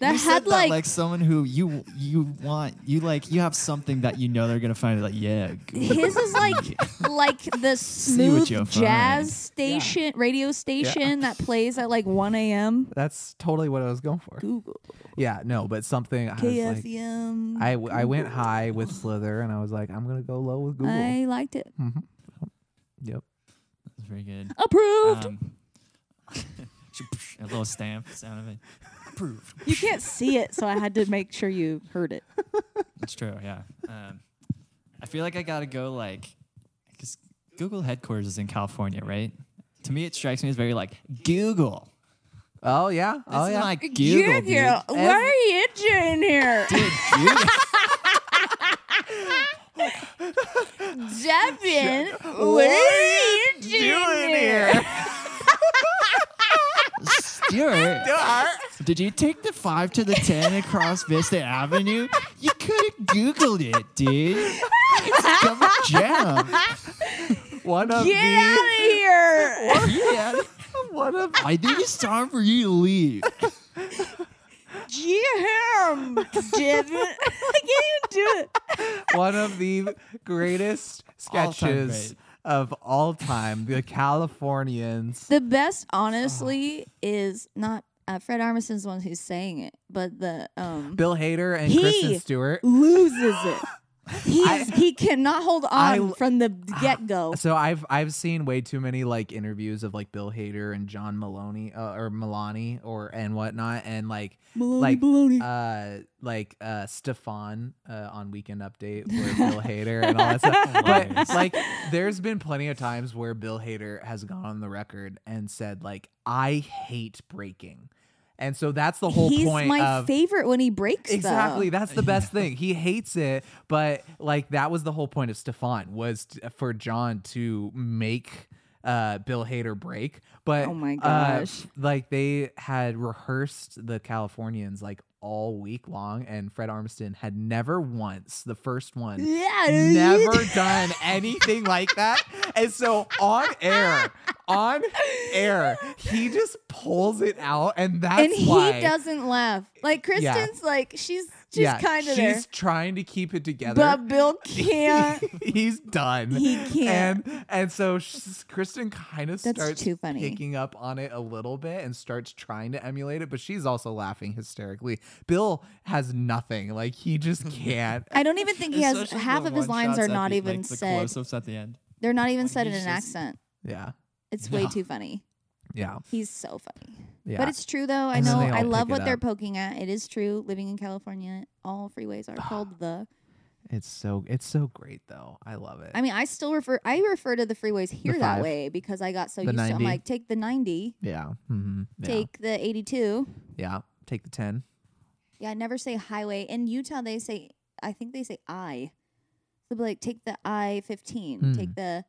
S3: That
S2: you
S3: had
S2: said that like someone who you you want you like you have something that you know they're gonna find like yeah Google.
S3: His is like like the
S2: See what
S3: smooth
S2: you'll
S3: jazz
S2: find.
S3: station radio station that plays at like 1 a.m.
S1: That's totally what I was going for.
S3: Google E
S1: Yeah, no, but something. I was like,
S3: KFM.
S1: I, w- I went high with Slither, and I was like, I'm gonna go low with Google.
S3: I liked it.
S1: Yep.
S2: That's very good.
S3: Approved.
S2: Um, a little stamp sound of it. Approved.
S3: you can't see it, so I had to make sure you heard it.
S2: That's true. Yeah. Um, I feel like I gotta go like because Google headquarters is in California, right? To me, it strikes me as very like Google.
S1: Oh yeah.
S2: This
S1: oh
S2: is
S1: yeah.
S2: like Google, dude.
S3: what are you doing here?
S2: Dude, Google.
S3: Devin, what are you doing here?
S2: Stuart, did you take the five to the ten across Vista Avenue? You could have Googled it, dude. It's double jam.
S1: One of
S3: Get out of here.
S2: Yeah,
S1: the one of
S2: I think it's time for you to leave.
S3: Jim, Devin. I can't even do it.
S1: one of the greatest
S2: All-time
S1: sketches
S2: great.
S1: of all time. The Californians.
S3: The best, honestly, is not uh, Fred Armisen's the one who's saying it, but the um
S1: Bill Hader and
S3: He-
S1: Kristen Stewart.
S3: loses it. He is he cannot hold on
S1: I-
S3: from the get go.
S1: So I've I've seen way too many like interviews of like Bill Hader and John Maloney uh, or Milani or and whatnot and like
S3: Maloney,
S1: like uh
S3: baloney.
S1: like uh Stefan uh, on Weekend Update with Bill Hader and all that stuff.
S2: Hilarious.
S1: but like there's been plenty of times where Bill Hader has gone on the record and said like I hate breaking. And so that's the whole
S3: He's
S1: point
S3: my
S1: of
S3: favorite when he breaks. though.
S1: Exactly. That's the best thing. He hates it, but like that was the whole point of Stefan was t- for John to make uh Bill Hader break. But
S3: Oh my
S1: uh,
S3: gosh.
S1: like they had rehearsed the Californians like all week long and Fred Armiston had never once the first one
S3: Yeah. dude.
S1: never done anything like that. And so on air, on air, he just pulls it out and that's
S3: and he
S1: why
S3: doesn't laugh. Like
S1: Yeah.
S3: Kristen's like she's she's
S1: yeah,
S3: kind of
S1: she's
S3: there,
S1: trying to keep it together.
S3: but Bill can't.
S1: He's done.
S3: He can't.
S1: And and so sh- Kristen kind of
S3: That's
S1: starts
S3: too funny.
S1: picking up on it a little bit and starts trying to emulate it, but she's also laughing hysterically. Bill has nothing. Like he just can't.
S3: I don't even think he has half of his lines are not even
S2: the
S3: said.
S2: Close-ups at the end.
S3: They're not even
S2: Like,
S3: said in
S2: he's
S3: an
S2: just-
S3: accent.
S1: Yeah.
S3: It's way
S2: Yeah.
S3: too funny.
S1: Yeah.
S3: He's so funny.
S1: Yeah.
S3: But it's true though. I
S1: And then
S3: know.
S1: they all
S3: I love
S1: pick it
S3: what they're
S1: up.
S3: poking at. It is true. Living in California, all freeways are called the.
S1: it's so it's so great though. I love it.
S3: I mean, I still refer. I refer to the freeways here that
S1: five.
S3: way because I got so
S1: The
S3: used to.
S1: 90.
S3: I'm like, take the 90,
S1: yeah. hmm Yeah.
S3: take the 82.
S1: yeah. Take the 10.
S3: Yeah, I never say highway. In Utah, they say. I think they say I. So be like, take the I 15.
S1: Hmm.
S3: Take the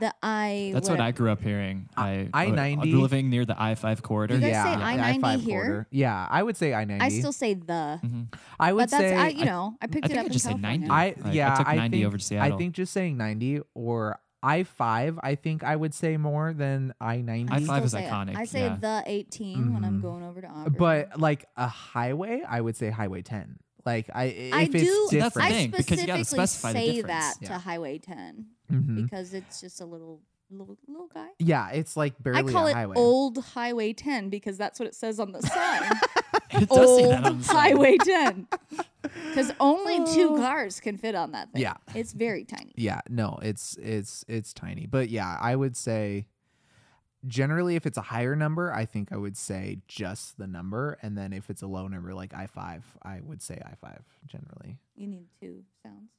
S3: the I.
S2: That's what I grew up hearing. I
S1: I-
S2: I'm
S1: I-90.
S2: living near the I-5 corridor.
S3: You guys
S1: yeah.
S3: say
S1: the
S3: I-90
S1: I-5
S3: here?
S1: quarter. Yeah, I would say I-90.
S3: I still say the.
S2: Mm-hmm.
S1: I would
S3: But that's
S1: say
S3: I. You know, I picked
S2: I
S3: it
S2: think
S3: up
S2: I
S3: in
S2: just said
S3: California.
S2: 90.
S1: I
S2: Like, I
S1: yeah,
S2: took 90
S1: think,
S2: over to Seattle.
S1: I think just saying 90 or I five. I think I would say more than I
S3: I
S2: I
S1: 90.
S2: five
S3: still
S2: is
S3: say it.
S2: iconic,
S3: I say
S2: yeah. Mm-hmm.
S3: the 18 when I'm
S1: Mhm.
S3: going over to Auburn.
S1: But like a highway, I would say highway 10. Like I, if
S3: I
S1: it's
S3: do.
S1: different,
S2: That's the
S3: I
S2: thing, because you
S3: specifically
S2: gotta specify the
S3: say that
S2: difference. Mm-hmm.
S1: Yeah.
S3: to Highway 10
S1: Mhm.
S3: because it's just a little little little guy.
S1: yeah, it's like barely
S3: I call
S1: a
S3: it
S1: highway.
S3: Old Highway 10 because that's what it says on the sign.
S2: It does say
S3: old
S2: that on the side.
S3: Oh, Highway 10. Because only two
S1: Oh.
S3: cars can fit on that thing.
S1: Yeah.
S3: It's very tiny.
S1: Yeah, no, it's it's it's tiny, but yeah, I would say generally if it's a higher number, I think I would say just the number, and then if it's a low number like I five, I would say I five generally.
S3: You need two sounds.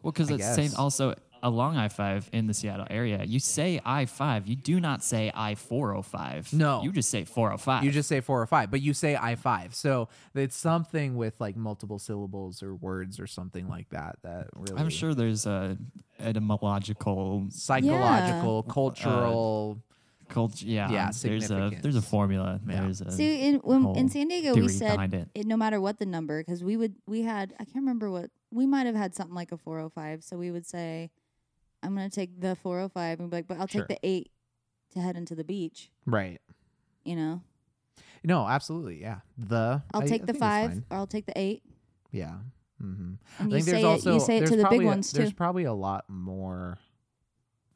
S2: Well, because
S1: I
S2: it's saying
S1: guess.
S2: also along I five in the Seattle area, you say I five, you do not say I four oh five.
S1: No.
S2: you just say four oh five.
S1: You just say four or five, but you say I five. So it's something with like multiple syllables or words or something like that. That really,
S2: I'm sure there's a etymological
S1: psychological, cultural,
S2: culture. Yeah,
S1: Yeah,
S2: there's a there's a
S1: significance.
S2: formula.
S1: Yeah.
S2: There's a
S3: See, in, when,
S2: whole
S3: in San Diego,
S2: theory
S3: we said
S2: behind it.
S3: it no matter what the number because we would we had i can't remember what we might have had something like a 405 so we would say i'm gonna take the 405 and be like but i'll
S1: Sure.
S3: take the 8 to head into the beach
S1: Right.
S3: you know
S1: No, absolutely. Yeah. The
S3: i'll
S1: I-
S3: take
S1: I
S3: the
S1: think it's
S3: 5
S1: fine.
S3: or i'll take the 8
S1: Yeah. Mm-hmm.
S3: and
S1: I
S3: you
S1: think
S3: say
S1: there's
S3: it
S1: also
S3: you say it
S1: there's
S3: to the big
S1: probably a-
S3: ones too
S1: There's probably a lot more.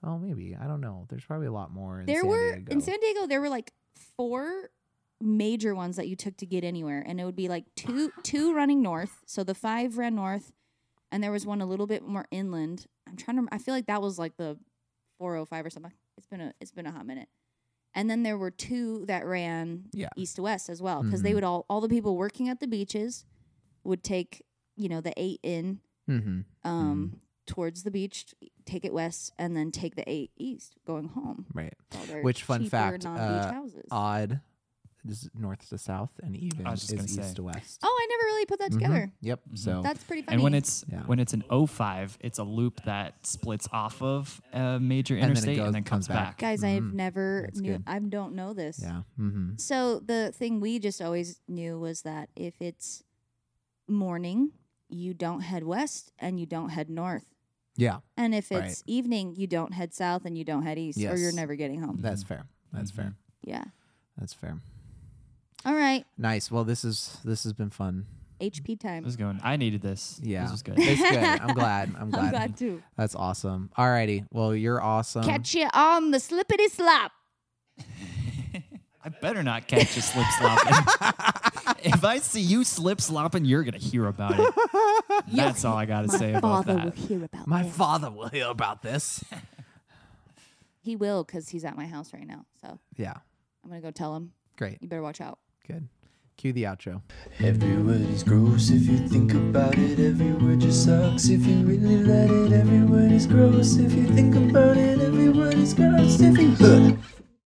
S1: Oh, maybe I don't know. There's probably a lot more. In
S3: there
S1: San
S3: were
S1: Diego.
S3: in san diego there were like four major ones that you took to get anywhere and it would be like two two running north so the five ran north and there was one a little bit more inland i'm trying to i feel like that was like the 405 or something it's been a it's been a hot minute and then there were two that ran
S1: Yeah.
S3: east to west as well because they
S1: Mhm.
S3: would all all the people working at the beaches would take you know the eight in
S1: Mm-hmm.
S3: um towards the beach take it west and then take the eight east going home
S1: Right.
S3: while Oh, they're
S1: Which, fun
S3: cheaper
S1: fact,
S3: non-beach
S1: uh,
S3: houses.
S1: Odd. Is north to south and even
S2: I was
S1: is
S2: just gonna
S1: east
S2: say.
S1: to west.
S3: Oh, I never really put that
S1: Mhm.
S3: together.
S1: Yep.
S2: Mhm.
S1: So
S3: That's pretty funny.
S2: and when it's
S1: Yeah.
S2: when it's an 05, it's a loop that splits off of a major
S1: then it
S2: interstate
S1: goes-
S2: and then comes
S1: comes back.
S2: back.
S3: guys,
S1: Mhm.
S3: I've never
S1: That's
S3: knew.
S1: good.
S3: I don't know this.
S1: yeah. Mm-hmm.
S3: So the thing we just always knew was that if it's morning, you don't head west and you don't head north.
S1: Yeah.
S3: And if
S1: Right.
S3: it's evening, you don't head south and you don't head east, or you're
S1: Yes. Mm-hmm.
S3: never getting home.
S1: That's fair. That's fair.
S3: Yeah.
S1: That's fair.
S3: All right.
S1: Nice. Well, this is this has been fun.
S3: HP
S2: I
S3: time.
S2: was going. I needed this.
S1: Yeah.
S2: this was good.
S1: It's good. I'm glad. I'm glad. um,
S3: I'm glad too.
S1: That's awesome. Alrighty. Well, you're awesome.
S3: Catch you on the slippity slop.
S2: I better not catch you slip slopping. if I see you slip slopping, you're gonna hear about it. That's all I gotta
S3: My
S2: say about
S3: father will
S2: that.
S3: hear about
S1: My
S3: this.
S1: father will hear about this.
S3: He will because he's at my house right now. So I'm
S1: yeah.
S3: gonna go tell him.
S1: Great.
S3: You better watch out.
S1: Good. Cue the outro.
S5: Every word is gross if you think about it. Every word just sucks if you really let it. Every word is gross if you think about it. Every word is gross if you.